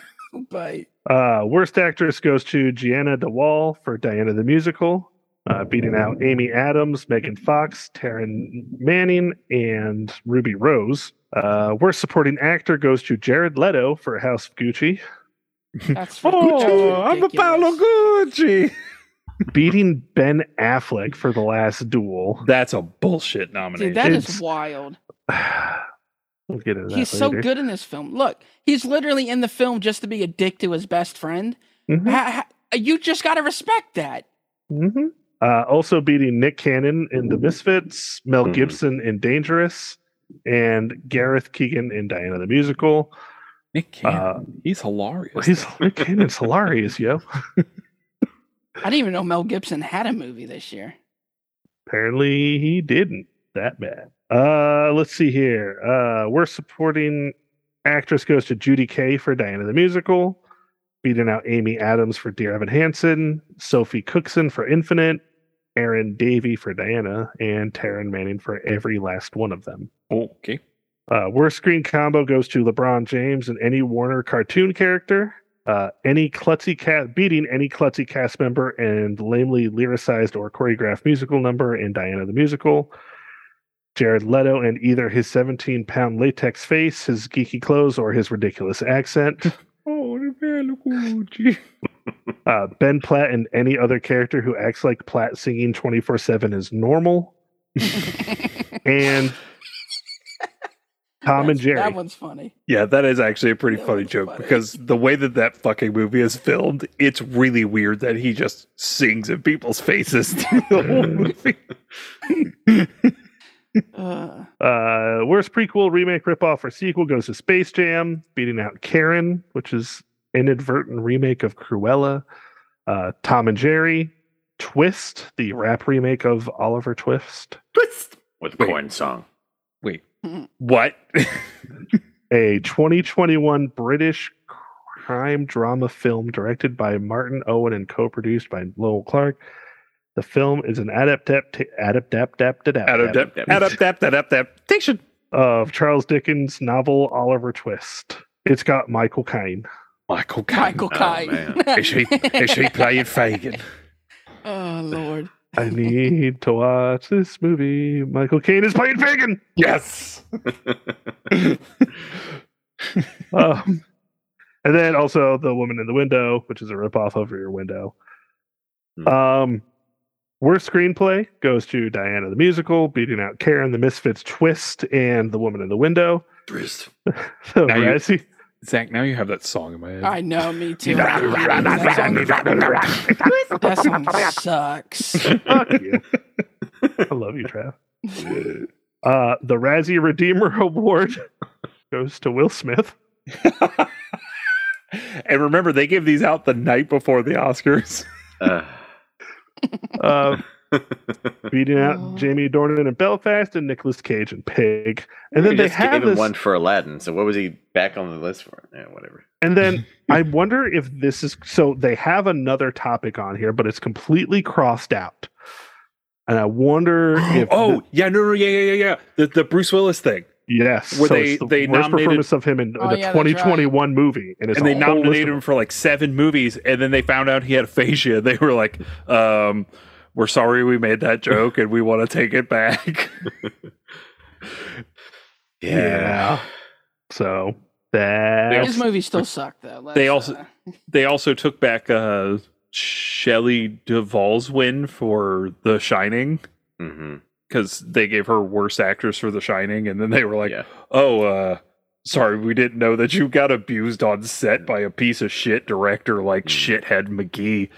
[SPEAKER 2] but
[SPEAKER 4] Uh, worst actress goes to Gianna DeWall for Diana the Musical, uh, beating out Amy Adams, Megan Fox, Taryn Manning, and Ruby Rose. Uh, worst supporting actor goes to Jared Leto for House of Gucci,
[SPEAKER 2] that's
[SPEAKER 1] Oh, I'm a Paolo
[SPEAKER 2] ridiculous.
[SPEAKER 1] Gucci.
[SPEAKER 4] beating Ben Affleck for The Last Duel.
[SPEAKER 1] That's a bullshit nomination.
[SPEAKER 2] Dude, that is
[SPEAKER 4] It's-
[SPEAKER 2] wild.
[SPEAKER 4] we'll get into that
[SPEAKER 2] He's so
[SPEAKER 4] later.
[SPEAKER 2] good in this film. Look, he's literally in the film just to be a dick to his best friend.
[SPEAKER 4] Mhm,
[SPEAKER 2] Ha- ha- you just got to respect that.
[SPEAKER 4] mhm. Uh, also beating Nick Cannon in The Misfits, Mel
[SPEAKER 3] Mhm.
[SPEAKER 4] Gibson in Dangerous, and Gareth Keegan in Diana the Musical.
[SPEAKER 1] Nick Cannon,
[SPEAKER 4] Uh,
[SPEAKER 1] he's hilarious.
[SPEAKER 4] Well, He's Nick Cannon's hilarious, yo.
[SPEAKER 2] I didn't even know Mel Gibson had a movie this year.
[SPEAKER 4] Apparently he didn't that bad. Uh let's see here. Uh we're supporting actress goes to Judy Kay for Diana the Musical, beating out Amy Adams for Dear Evan Hansen, Sophie Cookson for Infinite, Aaron Davey for Diana, and Taryn Manning for every last one of them.
[SPEAKER 1] Okay.
[SPEAKER 4] Uh, worst screen combo goes to LeBron James and any Warner cartoon character. Uh, any klutzy cat beating any klutzy cast member and lamely lyricized or choreographed musical number in Diana the Musical. Jared Leto and either his 17 pound latex face, his geeky clothes, or his ridiculous accent.
[SPEAKER 1] Oh, the Velucci.
[SPEAKER 4] Uh, ben Platt and any other character who acts like Platt singing 24 7 is normal. and Tom and
[SPEAKER 2] That's-
[SPEAKER 4] Jerry.
[SPEAKER 2] That one's funny.
[SPEAKER 1] Yeah, that is actually a pretty
[SPEAKER 2] That
[SPEAKER 1] funny
[SPEAKER 2] was
[SPEAKER 1] joke
[SPEAKER 2] funny.
[SPEAKER 1] because the way that that fucking movie is filmed, it's really weird that he just sings in people's faces through the whole movie.
[SPEAKER 2] Uh,
[SPEAKER 4] Uh, worst prequel, remake, ripoff, or sequel goes to Space Jam, beating out Karen, which is inadvertent remake of Cruella, uh, Tom and Jerry, Twist, the rap remake of Oliver Twist,
[SPEAKER 3] Twist with
[SPEAKER 1] Wait.
[SPEAKER 3] corn song.
[SPEAKER 1] What?
[SPEAKER 4] a 2021 British crime drama film directed by Martin Owen and co-produced by Lowell Clark. The film is an adapt adapt adapt adapt
[SPEAKER 1] Adapt, adapt, adapt, adaptation.
[SPEAKER 4] of Charles Dickens' novel Oliver Twist. It's got Michael Caine.
[SPEAKER 1] Michael Caine.
[SPEAKER 2] Michael
[SPEAKER 3] Oh,
[SPEAKER 2] Caine.
[SPEAKER 3] man.
[SPEAKER 1] Is he, is he playing Fagin?
[SPEAKER 2] oh Lord.
[SPEAKER 4] I need to watch this movie. Michael Caine is playing Fagin.
[SPEAKER 1] Yes.
[SPEAKER 4] Um, and then also The Woman in the Window, which is a ripoff of Rear Window.
[SPEAKER 3] Hmm.
[SPEAKER 4] Um, worst screenplay goes to Diana the Musical, beating out Karen the Misfits Twist, and The Woman in the Window.
[SPEAKER 3] Twist.
[SPEAKER 4] So
[SPEAKER 1] Now you-
[SPEAKER 4] Razzie,
[SPEAKER 1] Zach, now you have that song in my head.
[SPEAKER 2] I know, me too. that, song, that song sucks.
[SPEAKER 4] fuck you. I love you, Trav. Uh, the Razzie Redeemer Award goes to Will Smith.
[SPEAKER 1] and remember, they give these out the night before the Oscars.
[SPEAKER 3] Uh,
[SPEAKER 4] Uh, beating out
[SPEAKER 2] Aw.
[SPEAKER 4] Jamie Dornan in Belfast and Nicolas Cage in Pig. And then
[SPEAKER 3] we
[SPEAKER 4] they
[SPEAKER 3] just gave
[SPEAKER 4] have
[SPEAKER 3] him
[SPEAKER 4] this,
[SPEAKER 3] one for Aladdin. So what was he back on the list for? Yeah, whatever.
[SPEAKER 4] and then I wonder if this is so they have another topic on here, but it's completely crossed out. And I wonder if
[SPEAKER 1] oh, yeah, no, no, yeah, yeah, yeah, yeah. The, the Bruce Willis thing.
[SPEAKER 4] yes,
[SPEAKER 1] were
[SPEAKER 4] so
[SPEAKER 1] they-
[SPEAKER 4] it's the
[SPEAKER 1] they
[SPEAKER 4] worst
[SPEAKER 1] nominated-
[SPEAKER 4] performance of him in
[SPEAKER 2] Oh,
[SPEAKER 4] the
[SPEAKER 2] yeah, that's right.
[SPEAKER 4] 2021 movie, and it's
[SPEAKER 1] and
[SPEAKER 4] a
[SPEAKER 1] they
[SPEAKER 4] whole list
[SPEAKER 1] nominated
[SPEAKER 4] of-
[SPEAKER 1] him for like seven movies, and then they found out he had aphasia. They were like, um, "We're sorry we made that joke, and we want to take it back."
[SPEAKER 4] Yeah. So that
[SPEAKER 2] His movies still suck though. Let's,
[SPEAKER 1] They also-
[SPEAKER 2] uh,
[SPEAKER 1] they also took back uh, Shelley Duvall's win for The Shining
[SPEAKER 3] Mm-hmm.
[SPEAKER 1] because they gave her worst actress for The Shining, and then they were like,
[SPEAKER 3] yeah.
[SPEAKER 1] "Oh, uh, sorry, we didn't know that you got abused on set by a piece of shit director like
[SPEAKER 3] Mm.
[SPEAKER 1] shithead McGee."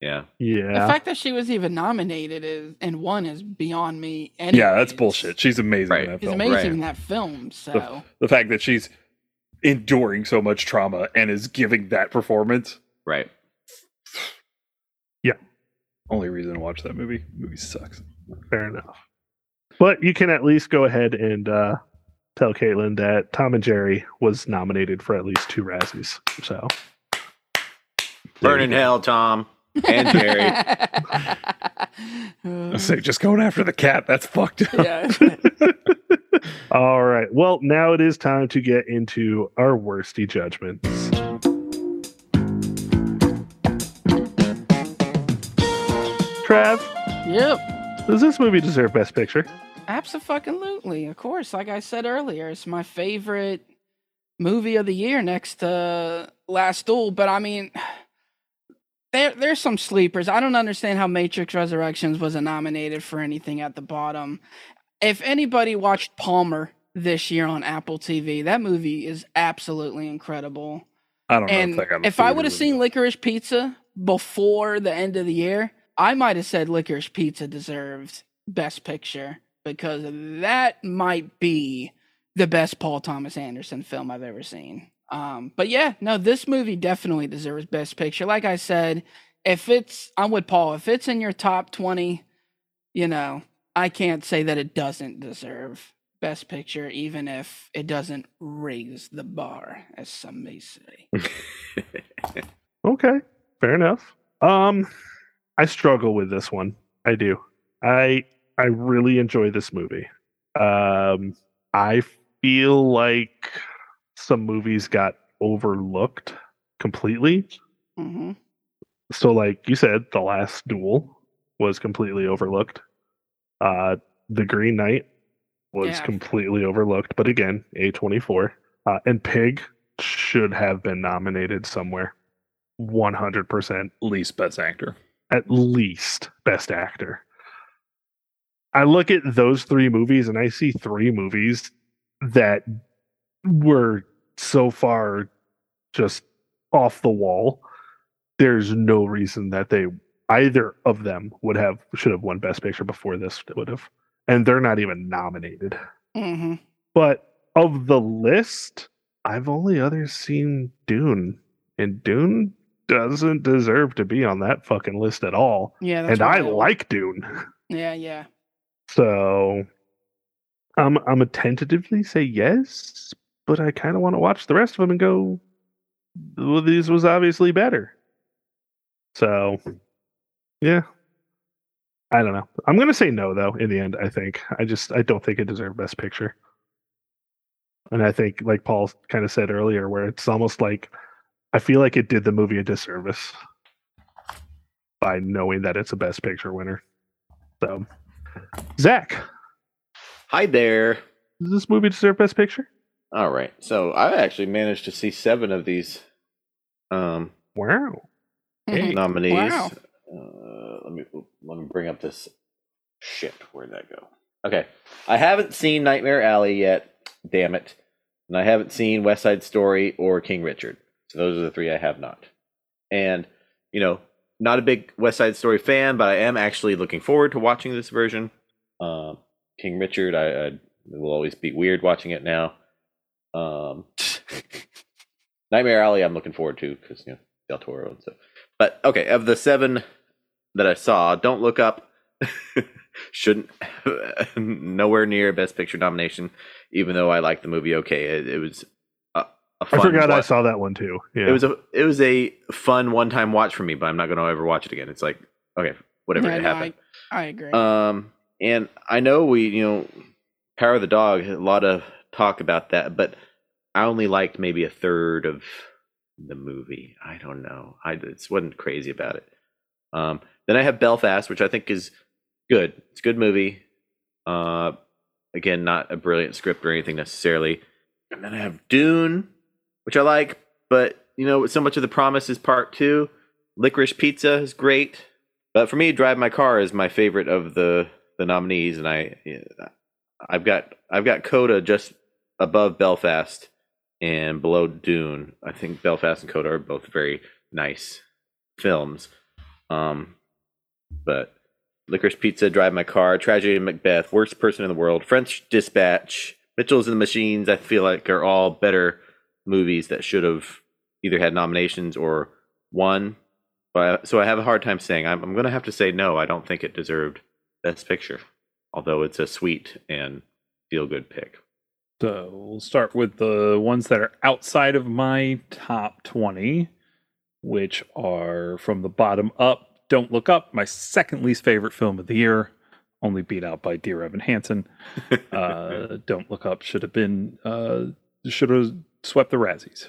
[SPEAKER 3] Yeah.
[SPEAKER 2] the
[SPEAKER 4] yeah,
[SPEAKER 2] fact that she was even nominated is and won is beyond me. Anyways.
[SPEAKER 1] Yeah, that's bullshit. She's amazing.
[SPEAKER 3] Right.
[SPEAKER 1] In that
[SPEAKER 2] She's
[SPEAKER 1] film.
[SPEAKER 2] amazing
[SPEAKER 3] right.
[SPEAKER 2] in that film. So
[SPEAKER 1] the fact that she's enduring so much trauma and is giving that performance
[SPEAKER 3] Right.
[SPEAKER 1] only reason to watch that movie movie sucks
[SPEAKER 2] Mm-hmm.
[SPEAKER 4] fair enough. But you can at least go ahead and uh, tell Caitlin that Tom and Jerry was nominated for at least two Razzies. So
[SPEAKER 3] Burn in hell, Tom and Jerry.
[SPEAKER 1] I
[SPEAKER 2] Uh,
[SPEAKER 1] say just going after the cat that's fucked up
[SPEAKER 2] yeah.
[SPEAKER 4] All right. Well, now it is time to get into our worsty judgments. Trav,
[SPEAKER 2] yep.
[SPEAKER 4] does this movie deserve Best Picture?
[SPEAKER 2] Absolutely. Of course. Like I said earlier, it's my favorite movie of the year next to Last Duel. But I mean, there there's some sleepers. I don't understand how Matrix Resurrections wasn't nominated for anything at the bottom. If anybody watched Palmer this year on Apple TV, that movie is absolutely incredible.
[SPEAKER 1] i don't
[SPEAKER 2] And
[SPEAKER 1] know if,
[SPEAKER 2] if I would have seen Licorice Pizza before the end of the year, I might have said Licorice Pizza deserved Best Picture because that might be the best Paul Thomas Anderson film I've ever seen. Um, but yeah, no, this movie definitely deserves Best Picture. Like I said, if it's, I'm with Paul, if it's in your top 20, you know, I can't say that it doesn't deserve Best Picture, even if it doesn't raise the bar, as some may say.
[SPEAKER 4] Okay, fair enough. Um, I struggle with this one. I do. I I really enjoy this movie. Um, I feel like some movies got overlooked completely.
[SPEAKER 2] hmm
[SPEAKER 4] So, like you said, the last duel was completely overlooked. Uh, the Green Knight was
[SPEAKER 2] Yeah.
[SPEAKER 4] completely overlooked, but again, A twenty four and Pig should have been nominated somewhere. One hundred percent
[SPEAKER 1] least best actor.
[SPEAKER 4] at least best actor. I look at those three movies and I see three movies that were so far just off the wall. There's no reason that they either of them would have should have won best picture before this would have. And they're not even nominated.
[SPEAKER 2] hmm
[SPEAKER 4] But of the list, I've only other seen Dune, and Dune doesn't deserve to be on that fucking list at all.
[SPEAKER 2] Yeah,
[SPEAKER 4] and I
[SPEAKER 2] wild.
[SPEAKER 4] like Dune,
[SPEAKER 2] Yeah, yeah.
[SPEAKER 4] so I'm I'm a tentatively say yes, but I kind of want to watch the rest of them and go. Well, these was obviously better. So, yeah. I don't know. I'm gonna say no though. In the end, I think I just I don't think it deserved Best Picture. And I think, like Paul kind of said earlier, where it's almost like I feel like it did the movie a disservice by knowing that it's a Best Picture winner. So, Zach,
[SPEAKER 3] Hi there.
[SPEAKER 4] does this movie deserve Best Picture?
[SPEAKER 3] All right. So I actually managed to see seven of these um,
[SPEAKER 4] Wow.
[SPEAKER 2] Mhm.
[SPEAKER 3] nominees.
[SPEAKER 2] Wow.
[SPEAKER 3] Uh, let me let me bring up this shit. Where'd that go? Okay, I haven't seen Nightmare Alley yet. Damn it! And I haven't seen West Side Story or King Richard. So those are the three I have not. And you know, not a big West Side Story fan, but I am actually looking forward to watching this version. Um, King Richard, I, I it will always be weird watching it now. Um, Nightmare Alley, I'm looking forward to because you know Del Toro and stuff. But okay, of the seven that I saw, Don't Look Up shouldn't nowhere near Best Picture nomination. Even though I liked the movie, okay, it, it was a, a
[SPEAKER 4] I
[SPEAKER 3] fun
[SPEAKER 4] forgot I
[SPEAKER 3] watch.
[SPEAKER 4] saw that one too. Yeah.
[SPEAKER 3] It was a it was a fun one time watch for me, but I'm not going to ever watch it again. It's like okay, whatever
[SPEAKER 2] Yeah, Mm-hmm.
[SPEAKER 3] it
[SPEAKER 2] no,
[SPEAKER 3] happened.
[SPEAKER 2] I, I agree.
[SPEAKER 3] Um, and I know we, you know, Power of the Dog, a lot of talk about that, but I only liked maybe a third of the movie. I don't know. I just wasn't crazy about it. Um, then I have Belfast, which I think is good. It's a good movie. Uh, again, not a brilliant script or anything necessarily. And then I have Dune, which I like, but you know, so much of the promise is part two. Licorice Pizza is great. But for me, Drive My Car is my favorite of the the nominees, and I I've got I've got Coda just above Belfast and below Dune. I think Belfast and Coda are both very nice films. Um, but Licorice Pizza, Drive My Car, Tragedy in Macbeth, Worst Person in the World, French Dispatch, Mitchell's and the Machines. I feel like are all better movies that should have either had nominations or won. But so I have a hard time saying I'm, I'm going to have to say no. I don't think it deserved Best Picture, although it's a sweet and feel good pick.
[SPEAKER 1] So we'll start with the ones that are outside of my top 20, which are from the bottom up. Don't Look Up, my second least favorite film of the year, only beat out by Dear Evan Hansen. Uh, Don't Look Up should have been, uh, should have swept the Razzies.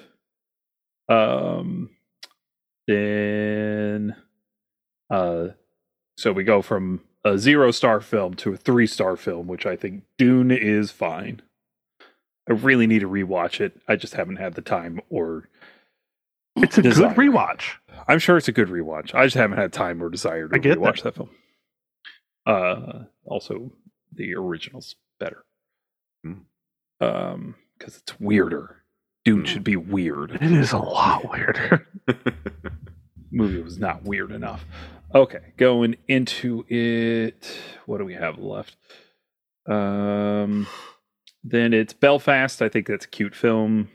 [SPEAKER 1] Um, then, uh, so we go from a zero star film to a three star film, which I think Dune is fine. I really need to rewatch it. I just haven't had the time or
[SPEAKER 4] It's a
[SPEAKER 1] Desire.
[SPEAKER 4] good rewatch.
[SPEAKER 1] I'm sure it's a good rewatch. I just haven't had time or desire to
[SPEAKER 4] I get
[SPEAKER 1] rewatch that. film. Uh also the original's better.
[SPEAKER 3] Hmm.
[SPEAKER 1] Um cuz it's weirder. Dune
[SPEAKER 3] Hmm.
[SPEAKER 1] should be weird.
[SPEAKER 4] It is a lot weirder.
[SPEAKER 1] Movie was not weird enough. Okay, going into it, what do we have left? Um then it's Belfast. I think that's a cute film.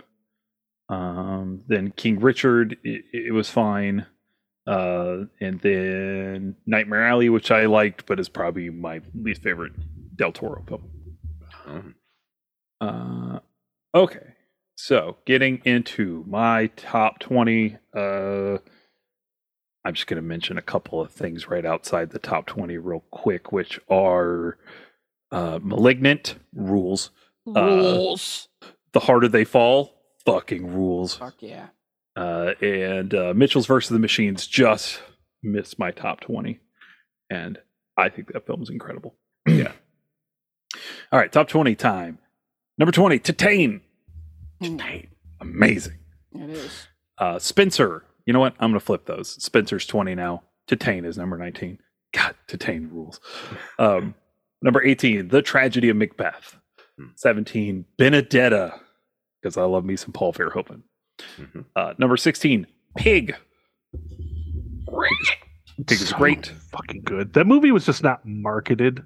[SPEAKER 1] Um, then King Richard, it, it was fine. Uh, and then Nightmare Alley, which I liked, but is probably my least favorite Del Toro film.
[SPEAKER 3] Um,
[SPEAKER 1] Uh, okay. So getting into my top 20, uh, I'm just going to mention a couple of things right outside the top 20 real quick, which are uh, Malignant rules. Uh,
[SPEAKER 2] Rules.
[SPEAKER 1] The Harder They Fall fucking rules.
[SPEAKER 2] Fuck yeah.
[SPEAKER 1] Uh, and uh, Mitchell's versus the Machines just missed my top 20. And I think that film's incredible. yeah. All right, top 20 time. Number 20, Titane.
[SPEAKER 2] Mm,
[SPEAKER 1] Amazing.
[SPEAKER 2] It is.
[SPEAKER 1] Uh, Spencer. You know what? I'm going to flip those. Spencer's 20 now. Titane is number 19. God, Titane rules. Um, number 18, The Tragedy of Macbeth.
[SPEAKER 3] Hmm.
[SPEAKER 1] 17, Benedetta, because I love me some Paul Verhoeven.
[SPEAKER 4] Mm-hmm.
[SPEAKER 3] Mhm.
[SPEAKER 1] Uh, number 16, Pig. Pig is
[SPEAKER 4] So
[SPEAKER 1] great.
[SPEAKER 4] Fucking good. That movie was just not marketed.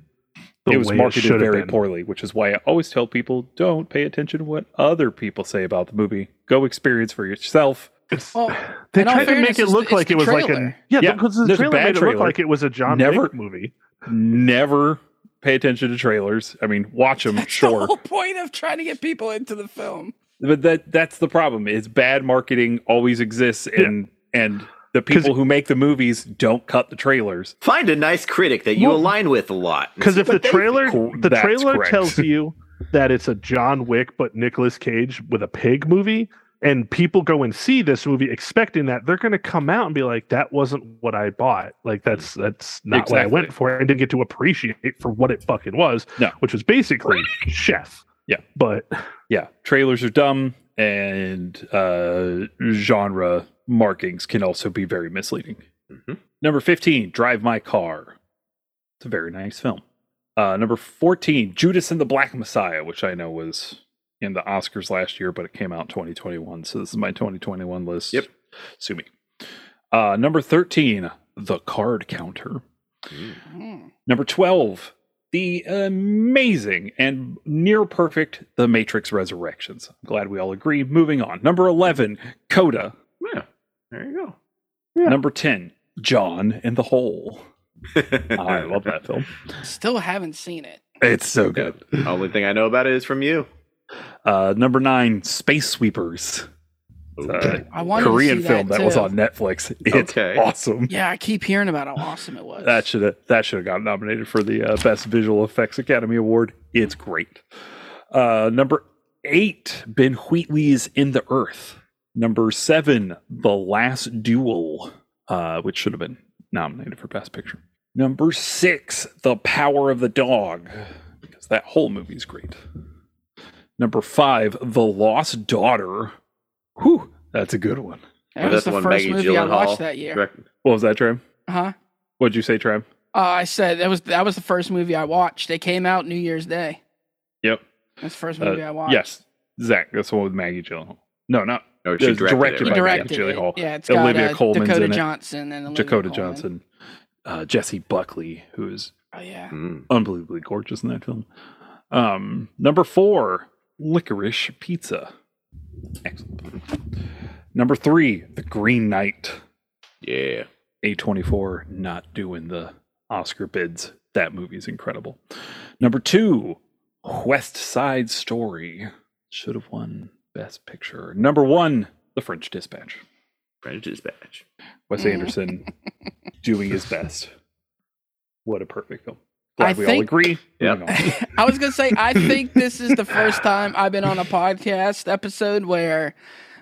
[SPEAKER 4] the
[SPEAKER 1] it was
[SPEAKER 4] way
[SPEAKER 1] marketed
[SPEAKER 4] should've
[SPEAKER 1] very
[SPEAKER 4] been.
[SPEAKER 1] poorly, which is why I always tell people don't pay attention to what other people say about the movie. Go experience for yourself.
[SPEAKER 4] It's,
[SPEAKER 2] Well,
[SPEAKER 4] they
[SPEAKER 2] in all
[SPEAKER 4] tried to
[SPEAKER 2] fairness,
[SPEAKER 4] make it
[SPEAKER 2] it's
[SPEAKER 4] look
[SPEAKER 2] the-
[SPEAKER 4] like
[SPEAKER 2] it's
[SPEAKER 4] it was
[SPEAKER 2] the
[SPEAKER 4] like a
[SPEAKER 2] trailer.
[SPEAKER 4] yeah.
[SPEAKER 1] Yeah,
[SPEAKER 4] because the
[SPEAKER 1] there's a
[SPEAKER 4] trailer
[SPEAKER 1] bad
[SPEAKER 4] made it look
[SPEAKER 1] trailer.
[SPEAKER 4] like it was a John
[SPEAKER 1] Never-
[SPEAKER 4] Wick movie.
[SPEAKER 1] Never pay attention to trailers. I mean, watch them,
[SPEAKER 2] That's the
[SPEAKER 1] sure,
[SPEAKER 2] whole point of trying to get people into the film.
[SPEAKER 1] but that that's the problem. Is bad marketing always exists, and and the
[SPEAKER 4] 'Cause-
[SPEAKER 1] people who make the movies don't cut the trailers.
[SPEAKER 3] Find a nice critic that you
[SPEAKER 4] Well,
[SPEAKER 3] align with a lot. and
[SPEAKER 4] Because
[SPEAKER 3] see
[SPEAKER 4] if the
[SPEAKER 3] what they
[SPEAKER 4] trailer
[SPEAKER 1] Cool,
[SPEAKER 4] the
[SPEAKER 1] that's
[SPEAKER 4] trailer
[SPEAKER 1] correct.
[SPEAKER 4] tells you that it's a John Wick but Nicolas Cage with a pig movie, and people go and see this movie expecting that, they're gonna come out and be like, That wasn't what I bought. Like that's that's not what I
[SPEAKER 1] Exactly.
[SPEAKER 4] went for and didn't get to appreciate it for what it fucking was.
[SPEAKER 1] No.
[SPEAKER 4] Which was basically chef.
[SPEAKER 1] Yeah.
[SPEAKER 4] But
[SPEAKER 1] Yeah, trailers are dumb, and uh, genre markings can also be very misleading.
[SPEAKER 3] Mhm.
[SPEAKER 1] Number 15, Drive My Car. It's a very nice film. Uh, number 14, Judas and the Black Messiah, which I know was in the Oscars last year, but it came out in 2021. So this is my 2021 list.
[SPEAKER 3] Yep.
[SPEAKER 1] Sue me. Uh, number 13, The Card Counter.
[SPEAKER 2] Mm.
[SPEAKER 1] Number 12, the amazing and near perfect The Matrix Resurrections. I'm glad we all agree. Moving on. Number 11, Coda.
[SPEAKER 3] Yeah, there you
[SPEAKER 4] Yeah.
[SPEAKER 1] Number 10, John and the Hole.
[SPEAKER 3] go.
[SPEAKER 1] I love that film.
[SPEAKER 2] Still haven't seen it.
[SPEAKER 1] It's so good.
[SPEAKER 3] Only thing I know about it is from you.
[SPEAKER 1] Uh, number 9, Space Sweepers. Uh,
[SPEAKER 2] I wanted
[SPEAKER 1] Korean
[SPEAKER 2] to see
[SPEAKER 1] film that,
[SPEAKER 2] that,
[SPEAKER 1] was
[SPEAKER 2] too.
[SPEAKER 1] on Netflix. It's
[SPEAKER 3] Okay.
[SPEAKER 1] awesome.
[SPEAKER 2] Yeah, I keep hearing about how awesome it was.
[SPEAKER 1] That should have that should have got nominated for the uh, best visual effects Academy Award. It's great. Uh, number eight, Ben Wheatley's In the Earth. Number seven, The Last Duel, uh, which should have been nominated for best picture. Number six, The Power of the Dog, because that whole movie's great. Number five, The Lost Daughter. Whew, that's a good one.
[SPEAKER 2] that
[SPEAKER 3] that's
[SPEAKER 2] was the
[SPEAKER 3] one
[SPEAKER 2] first
[SPEAKER 3] Maggie
[SPEAKER 2] movie I
[SPEAKER 3] Gyllenhaal
[SPEAKER 2] watched that year.
[SPEAKER 3] Direct-
[SPEAKER 1] What was that, Tram?
[SPEAKER 2] Huh?
[SPEAKER 1] What'd you say, Tram?
[SPEAKER 2] Uh, I said that was that was the first movie I watched. They came out New Year's Day.
[SPEAKER 1] Yep.
[SPEAKER 2] That's the first
[SPEAKER 1] Uh,
[SPEAKER 2] movie I watched.
[SPEAKER 1] Yes, Zach. That's the one with Maggie Gyllenhaal. No, not
[SPEAKER 3] No,
[SPEAKER 1] It
[SPEAKER 3] oh, she
[SPEAKER 1] was
[SPEAKER 3] directed,
[SPEAKER 1] directed
[SPEAKER 3] it,
[SPEAKER 2] he
[SPEAKER 1] by
[SPEAKER 3] right?
[SPEAKER 1] Maggie
[SPEAKER 2] directed it.
[SPEAKER 1] Gyllenhaal.
[SPEAKER 2] Yeah, it's
[SPEAKER 1] Olivia
[SPEAKER 2] got uh,
[SPEAKER 1] Coleman's
[SPEAKER 2] Dakota
[SPEAKER 1] in it.
[SPEAKER 2] Johnson and Olivia
[SPEAKER 1] Dakota
[SPEAKER 2] Coleman.
[SPEAKER 1] Johnson, uh, Jesse Buckley, who is
[SPEAKER 2] Oh yeah,
[SPEAKER 3] Mm.
[SPEAKER 1] unbelievably gorgeous in that film. Um, number four, Licorice Pizza. Excellent. Number three, The Green Knight.
[SPEAKER 3] Yeah.
[SPEAKER 1] A24 not doing the Oscar bids. That movie's incredible. Number two, West Side Story. Should have won Best Picture. Number one, The French Dispatch.
[SPEAKER 3] French's badge.
[SPEAKER 1] Wes
[SPEAKER 2] Mm.
[SPEAKER 1] Anderson doing his best. What a perfect film.
[SPEAKER 2] I
[SPEAKER 1] Glad we all
[SPEAKER 2] think-
[SPEAKER 1] agree.
[SPEAKER 3] Yep.
[SPEAKER 1] Moving on.
[SPEAKER 2] I was gonna say I think this is the first time I've been on a podcast episode where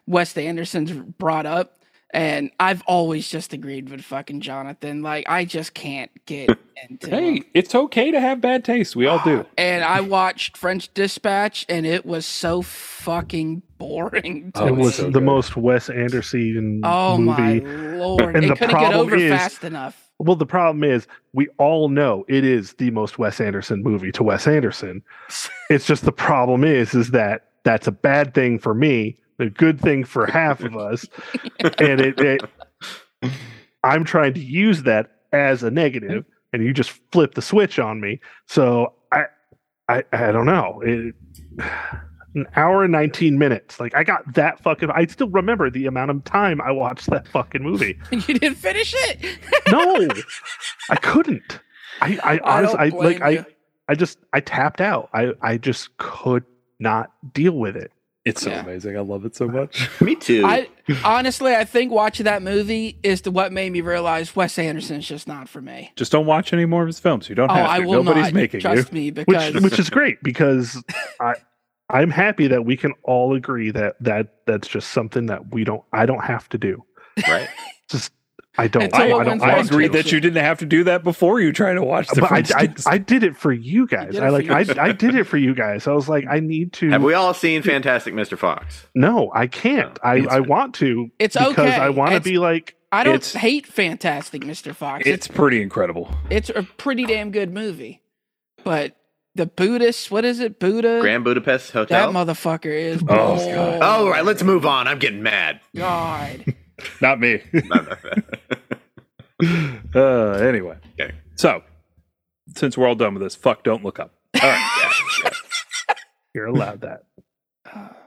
[SPEAKER 2] Wes Anderson's brought up, and I've always just agreed with fucking Jonathan. Like I just can't get into. him.
[SPEAKER 1] Hey, it's okay to have bad taste. We all do.
[SPEAKER 2] And I watched French Dispatch, and it was so fucking boring. To
[SPEAKER 1] Oh,
[SPEAKER 4] it
[SPEAKER 1] it's
[SPEAKER 2] me.
[SPEAKER 4] was
[SPEAKER 1] so
[SPEAKER 4] the
[SPEAKER 1] good.
[SPEAKER 4] most Wes Anderson
[SPEAKER 2] Oh my
[SPEAKER 4] movie
[SPEAKER 2] lord!
[SPEAKER 4] And
[SPEAKER 2] it
[SPEAKER 4] the
[SPEAKER 2] couldn't get
[SPEAKER 4] problem
[SPEAKER 2] over
[SPEAKER 4] is-
[SPEAKER 2] fast enough.
[SPEAKER 4] Well, the problem is we all know it is the most Wes Anderson movie to Wes Anderson. It's just the problem is is that that's a bad thing for me, the good thing for half of us, and it, it I'm trying to use that as a negative, and you just flip the switch on me. So I I, I don't know. It, an hour and 19 minutes. Like I got that fucking I still remember the amount of time I watched that fucking movie
[SPEAKER 2] you didn't finish it.
[SPEAKER 4] no, I couldn't. I, I
[SPEAKER 2] I don't
[SPEAKER 4] honestly, I, like,
[SPEAKER 2] blame you.
[SPEAKER 4] I, I just, I tapped out. I, I just could not deal with it.
[SPEAKER 1] It's so
[SPEAKER 2] Yeah.
[SPEAKER 1] amazing. I love it so much.
[SPEAKER 3] Me too.
[SPEAKER 2] I honestly, I think watching that movie is the, what made me realize Wes Anderson's just not for me.
[SPEAKER 1] Just don't watch any more of his films. You don't
[SPEAKER 2] Oh,
[SPEAKER 1] have to.
[SPEAKER 2] I will
[SPEAKER 1] Nobody's
[SPEAKER 2] not.
[SPEAKER 1] making you.
[SPEAKER 2] trust me
[SPEAKER 4] Which
[SPEAKER 2] because
[SPEAKER 4] which is great because I I'm happy that we can all agree that that that's just something that we don't I don't have to do.
[SPEAKER 3] right.
[SPEAKER 4] Just I don't
[SPEAKER 2] It's all
[SPEAKER 4] I, I
[SPEAKER 2] one
[SPEAKER 4] don't
[SPEAKER 2] thing.
[SPEAKER 1] I
[SPEAKER 4] want to.
[SPEAKER 1] agree that you didn't have to do that before you try to watch the
[SPEAKER 4] but I,
[SPEAKER 1] first
[SPEAKER 4] I, I did it for you guys.
[SPEAKER 2] did it
[SPEAKER 4] I
[SPEAKER 2] for
[SPEAKER 4] like
[SPEAKER 2] you.
[SPEAKER 4] I, I did it for you guys. I was like I need to.
[SPEAKER 3] Have we Oh, all seen Fantastic Mr. Fox?
[SPEAKER 4] no, I can't. I,
[SPEAKER 3] it's-
[SPEAKER 4] I want to.
[SPEAKER 2] It's
[SPEAKER 4] because
[SPEAKER 2] okay.
[SPEAKER 4] I want to
[SPEAKER 2] It's-
[SPEAKER 4] be like
[SPEAKER 2] I don't
[SPEAKER 1] it's-
[SPEAKER 2] hate Fantastic Mr. Fox.
[SPEAKER 1] It's
[SPEAKER 2] It's
[SPEAKER 1] pretty incredible.
[SPEAKER 2] it's a pretty damn good movie, but the Buddhist, what is it, Buddha?
[SPEAKER 3] Grand Budapest Hotel.
[SPEAKER 2] Uh, that motherfucker is.
[SPEAKER 1] Oh, God.
[SPEAKER 3] all right, let's move on. I'm getting mad.
[SPEAKER 2] God.
[SPEAKER 1] Not me. uh, anyway.
[SPEAKER 3] Okay.
[SPEAKER 1] So, since we're all done with this, fuck, don't look up. All right.
[SPEAKER 4] you're allowed that.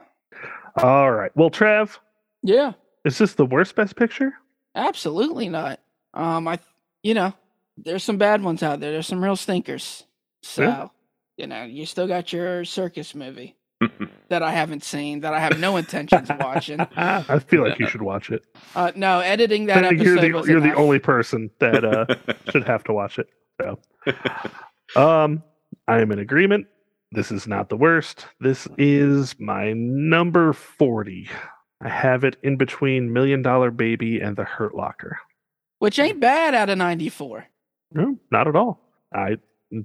[SPEAKER 4] All right. Well, Trev,
[SPEAKER 2] yeah,
[SPEAKER 4] is this the worst best picture?
[SPEAKER 2] absolutely not. Um, I, you know, there's some bad ones out there. There's some real stinkers. So,
[SPEAKER 4] Yeah.
[SPEAKER 2] you know, you still got your circus movie that I haven't seen that I have no intentions of watching.
[SPEAKER 4] I feel like you should watch it.
[SPEAKER 2] Uh, no, editing that
[SPEAKER 4] I think
[SPEAKER 2] episode.
[SPEAKER 4] you're the
[SPEAKER 2] was
[SPEAKER 4] you're the
[SPEAKER 2] enough.
[SPEAKER 4] only person that uh, should have to watch it. So, um, I am in agreement. This is not the worst. This is my number forty. I have it in between Million Dollar Baby and The Hurt Locker.
[SPEAKER 2] which ain't bad out of '94.
[SPEAKER 4] No, not at all. I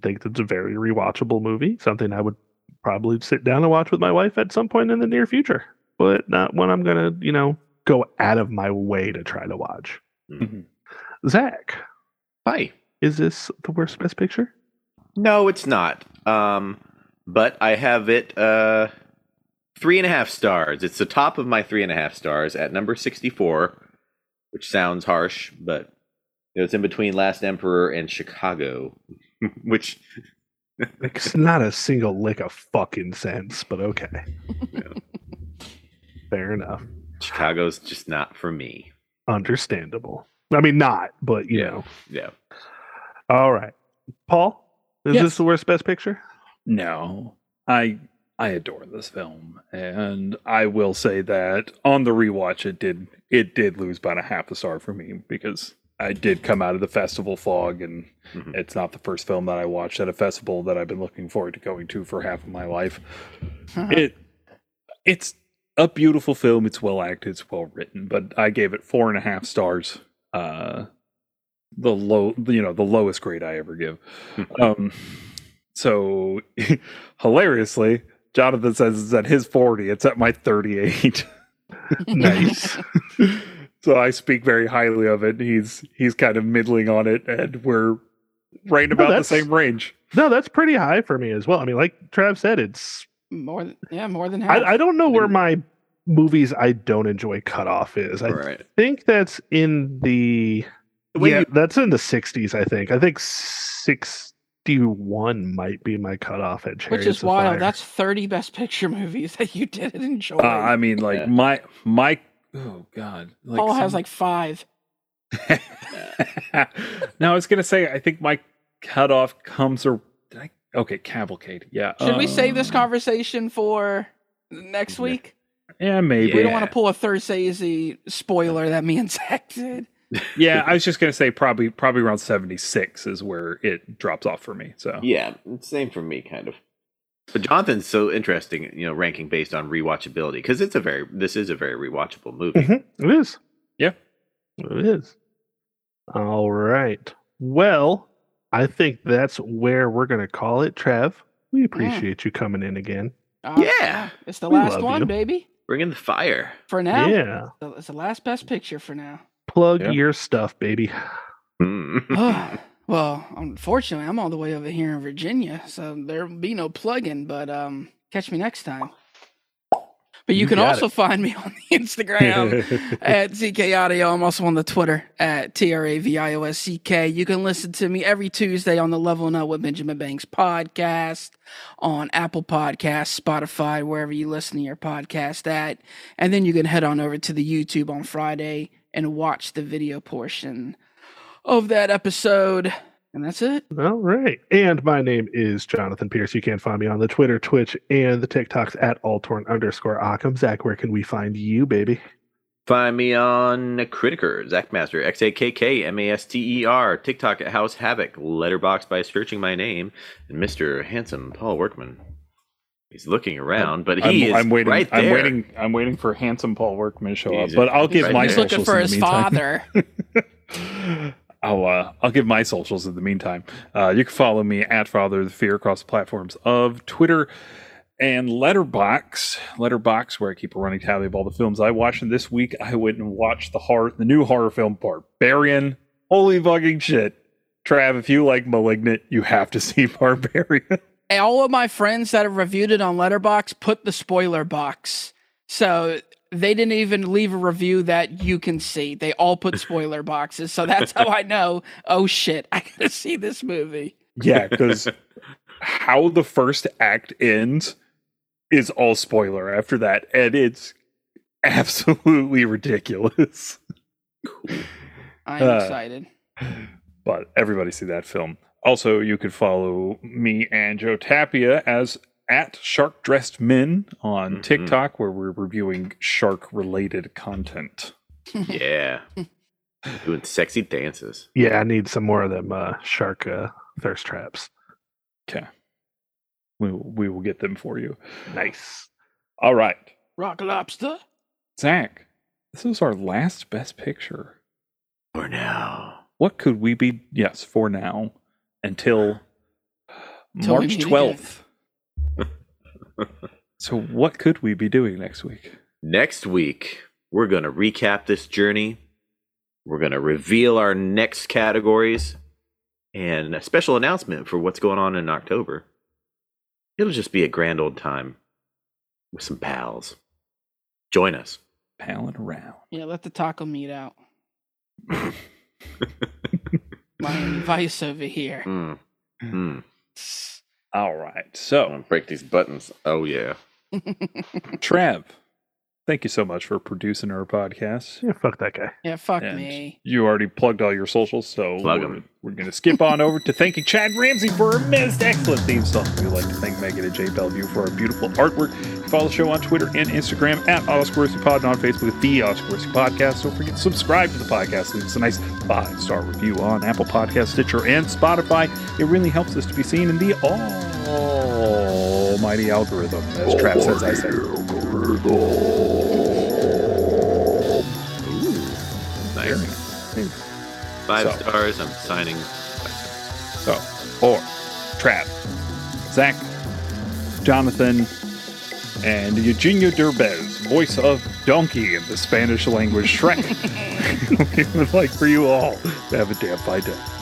[SPEAKER 4] think it's a very rewatchable movie. Something I would probably sit down and watch with my wife at some point in the near future, but not one I'm gonna, you know, go out of my way to try to watch.
[SPEAKER 1] Mhm.
[SPEAKER 4] Zach,
[SPEAKER 3] Bye.
[SPEAKER 4] is this the worst best picture?
[SPEAKER 3] No, it's not. Um, but I have it uh, three and a half stars. It's the top of my three and a half stars at number 64, which sounds harsh, but it was in between Last Emperor and Chicago, which
[SPEAKER 4] Makes not a single lick of fucking sense, but okay. Fair enough.
[SPEAKER 3] Chicago's just not for me.
[SPEAKER 4] Understandable. I mean, not, but you
[SPEAKER 3] Yeah.
[SPEAKER 4] know.
[SPEAKER 3] Yeah.
[SPEAKER 4] All right. Paul, is
[SPEAKER 2] Yes.
[SPEAKER 4] this the worst best picture?
[SPEAKER 1] No, I I adore this film, and I will say that on the rewatch, it did it did lose about a half a star for me because I did come out of the festival fog, and
[SPEAKER 3] Mhm.
[SPEAKER 1] it's not the first film that I watched at a festival that I've been looking forward to going to for half of my life. It it's a beautiful film. It's well acted. It's well written. But I gave it four and a half stars. Uh, the low, you know, the lowest grade I ever give. um, so hilariously, Jonathan says it's at his forty. It's at my thirty-eight.
[SPEAKER 4] Nice.
[SPEAKER 1] so I speak very highly of it. He's he's kind of middling on it, and we're right about the
[SPEAKER 4] that's-
[SPEAKER 1] same range.
[SPEAKER 4] no, that's pretty high for me as well. I mean, like Trav said, it's
[SPEAKER 2] more than yeah, more than half.
[SPEAKER 4] I, I don't know where my movies I don't enjoy cutoff is. I
[SPEAKER 3] Right.
[SPEAKER 4] think that's in the
[SPEAKER 3] When
[SPEAKER 4] yeah,
[SPEAKER 3] you-
[SPEAKER 4] that's in the sixties. I think. I think sixty-one might be my cutoff at Chariots
[SPEAKER 2] which is
[SPEAKER 4] of Fire.
[SPEAKER 2] wild. That's 30 best picture movies that you didn't enjoy.
[SPEAKER 1] Uh, I mean, like
[SPEAKER 3] Yeah.
[SPEAKER 1] my my oh god, like
[SPEAKER 2] Paul has
[SPEAKER 1] some-
[SPEAKER 2] like five.
[SPEAKER 1] now I was gonna say I think my cutoff comes or did I, okay cavalcade yeah
[SPEAKER 2] Should we save this
[SPEAKER 1] um,
[SPEAKER 2] conversation for next
[SPEAKER 3] Yeah.
[SPEAKER 2] week?
[SPEAKER 1] yeah maybe
[SPEAKER 2] We
[SPEAKER 1] yeah.
[SPEAKER 2] don't want to pull a Thursday's spoiler that me and Zach did.
[SPEAKER 1] I was just gonna say probably probably around seventy six is where it drops off for me so
[SPEAKER 3] Yeah, same for me, kind of. But Jonathan's so interesting, you know, ranking based on rewatchability because it's a very this is a very rewatchable movie.
[SPEAKER 4] Mhm, it is.
[SPEAKER 1] Yeah.
[SPEAKER 4] it is. All right. Well, I think that's where we're gonna call it, Trav. We appreciate you coming in again.
[SPEAKER 2] Uh,
[SPEAKER 3] Yeah.
[SPEAKER 2] It's the
[SPEAKER 4] We
[SPEAKER 2] last
[SPEAKER 4] love
[SPEAKER 2] one,
[SPEAKER 4] you.
[SPEAKER 2] baby.
[SPEAKER 3] Bring in the fire.
[SPEAKER 2] For now,
[SPEAKER 4] Yeah,
[SPEAKER 2] it's the last best picture for now.
[SPEAKER 4] plug
[SPEAKER 1] Yeah.
[SPEAKER 4] your stuff, baby.
[SPEAKER 3] Hmm.
[SPEAKER 2] Ugh. well, unfortunately, I'm all the way over here in Virginia, so there'll be no plug-in, but um catch me next time. But you,
[SPEAKER 4] You
[SPEAKER 2] can
[SPEAKER 4] got
[SPEAKER 2] also find me on the Instagram at ZK Audio. I'm also on the Twitter at TRAVIOSCK. You can listen to me every Tuesday on the Leveling Up with Benjamin Banks podcast on Apple Podcasts, Spotify, wherever you listen to your podcast at. And then you can head on over to the YouTube on Friday and watch the video portion of that episode. And that's it.
[SPEAKER 4] All right. And my name is Jonathan Pierce. You can find me on the Twitter, Twitch, and the TikToks at Altorn underscore Occam. Zach, where can we find you, baby?
[SPEAKER 3] Find me on Critiker, Zach Master, X A K K M A S T E R, TikTok at House Havoc, Letterbox by searching my name, and Mr. Handsome Paul Workman. He's looking around, but he is
[SPEAKER 1] I'm, I'm waiting.
[SPEAKER 3] right there.
[SPEAKER 1] I'm waiting. I'm waiting for handsome Paul Workman to show
[SPEAKER 3] He's-
[SPEAKER 1] up. But I'll
[SPEAKER 3] he's
[SPEAKER 1] give
[SPEAKER 3] right
[SPEAKER 1] my
[SPEAKER 2] He's
[SPEAKER 3] there.
[SPEAKER 1] socials
[SPEAKER 2] looking
[SPEAKER 1] in
[SPEAKER 2] for
[SPEAKER 1] the
[SPEAKER 2] his
[SPEAKER 1] meantime.
[SPEAKER 2] father.
[SPEAKER 1] I'll uh, I'll give my socials in the meantime. Uh, you can follow me at Father of the Fear across the platforms of Twitter and Letterbox. Letterbox, where I keep a running tally of all the films I watch. And this week, I went and watched the horror, the new horror film Barbarian. Holy fucking shit, Trav! If you like Malignant, you have to see Barbarian.
[SPEAKER 2] And all of my friends that have reviewed it on Letterbox put the spoiler box. So they didn't even leave a review that you can see. They all put spoiler boxes. So that's how I know, oh shit, I gotta see this movie.
[SPEAKER 1] yeah, because how the first act ends is all spoiler after that, and it's absolutely ridiculous.
[SPEAKER 2] I'm
[SPEAKER 1] Uh,
[SPEAKER 2] excited.
[SPEAKER 1] but everybody see that film. Also, you could follow me and Joe Tapia as at Shark Dressed Men on
[SPEAKER 3] Mhm.
[SPEAKER 1] TikTok, where we're reviewing shark related content.
[SPEAKER 3] Yeah. Doing sexy dances.
[SPEAKER 4] Yeah, I need some more of them uh, shark uh, thirst traps.
[SPEAKER 1] We will, we will get them for you.
[SPEAKER 4] Nice.
[SPEAKER 1] All right,
[SPEAKER 2] Rock Lobster.
[SPEAKER 1] Zach, this is our last best picture.
[SPEAKER 3] For now.
[SPEAKER 1] What could we be? Yes, for now until
[SPEAKER 2] Till we
[SPEAKER 1] March
[SPEAKER 2] meet again.
[SPEAKER 1] 12th. so, what could we be doing next week?
[SPEAKER 3] Next week, we're going to recap this journey. We're going to reveal our next categories and a special announcement for what's going on in October. It'll just be a grand old time with some pals. Join us.
[SPEAKER 1] Palin around.
[SPEAKER 2] Yeah, let the taco meat out. Miami Vice over here.
[SPEAKER 3] Mm. Mm.
[SPEAKER 1] All right.
[SPEAKER 3] I'm
[SPEAKER 1] So,
[SPEAKER 3] going to break these buttons. Oh, yeah.
[SPEAKER 2] Um.
[SPEAKER 1] Trav, thank you so much for producing our podcast.
[SPEAKER 4] Yeah, fuck that guy.
[SPEAKER 2] Yeah, fuck
[SPEAKER 1] And
[SPEAKER 2] me.
[SPEAKER 1] You already plugged all your socials, so
[SPEAKER 3] Plug
[SPEAKER 1] we're,
[SPEAKER 3] 'em.
[SPEAKER 1] we're going to skip on over to thanking Chad Ramsey for our most excellent theme song. We'd like to thank Megan and Jay Bellevue for our beautiful artwork. Follow the show on Twitter and Instagram at Autosquaresy Pod and on Facebook at The Autosquaresy Podcast. Don't forget to subscribe to the podcast. Leave us a nice five star review on Apple Podcasts, Stitcher, and Spotify. It really helps us to be seen in the almighty algorithm, as Trav says I say.
[SPEAKER 3] Nice. Five
[SPEAKER 1] So-
[SPEAKER 3] stars. I'm signing.
[SPEAKER 1] So, or Trav, Zach, Jonathan, and Eugenio Derbez, voice of Donkey in the Spanish language Shrek. we would like for you all to have a damn fine day.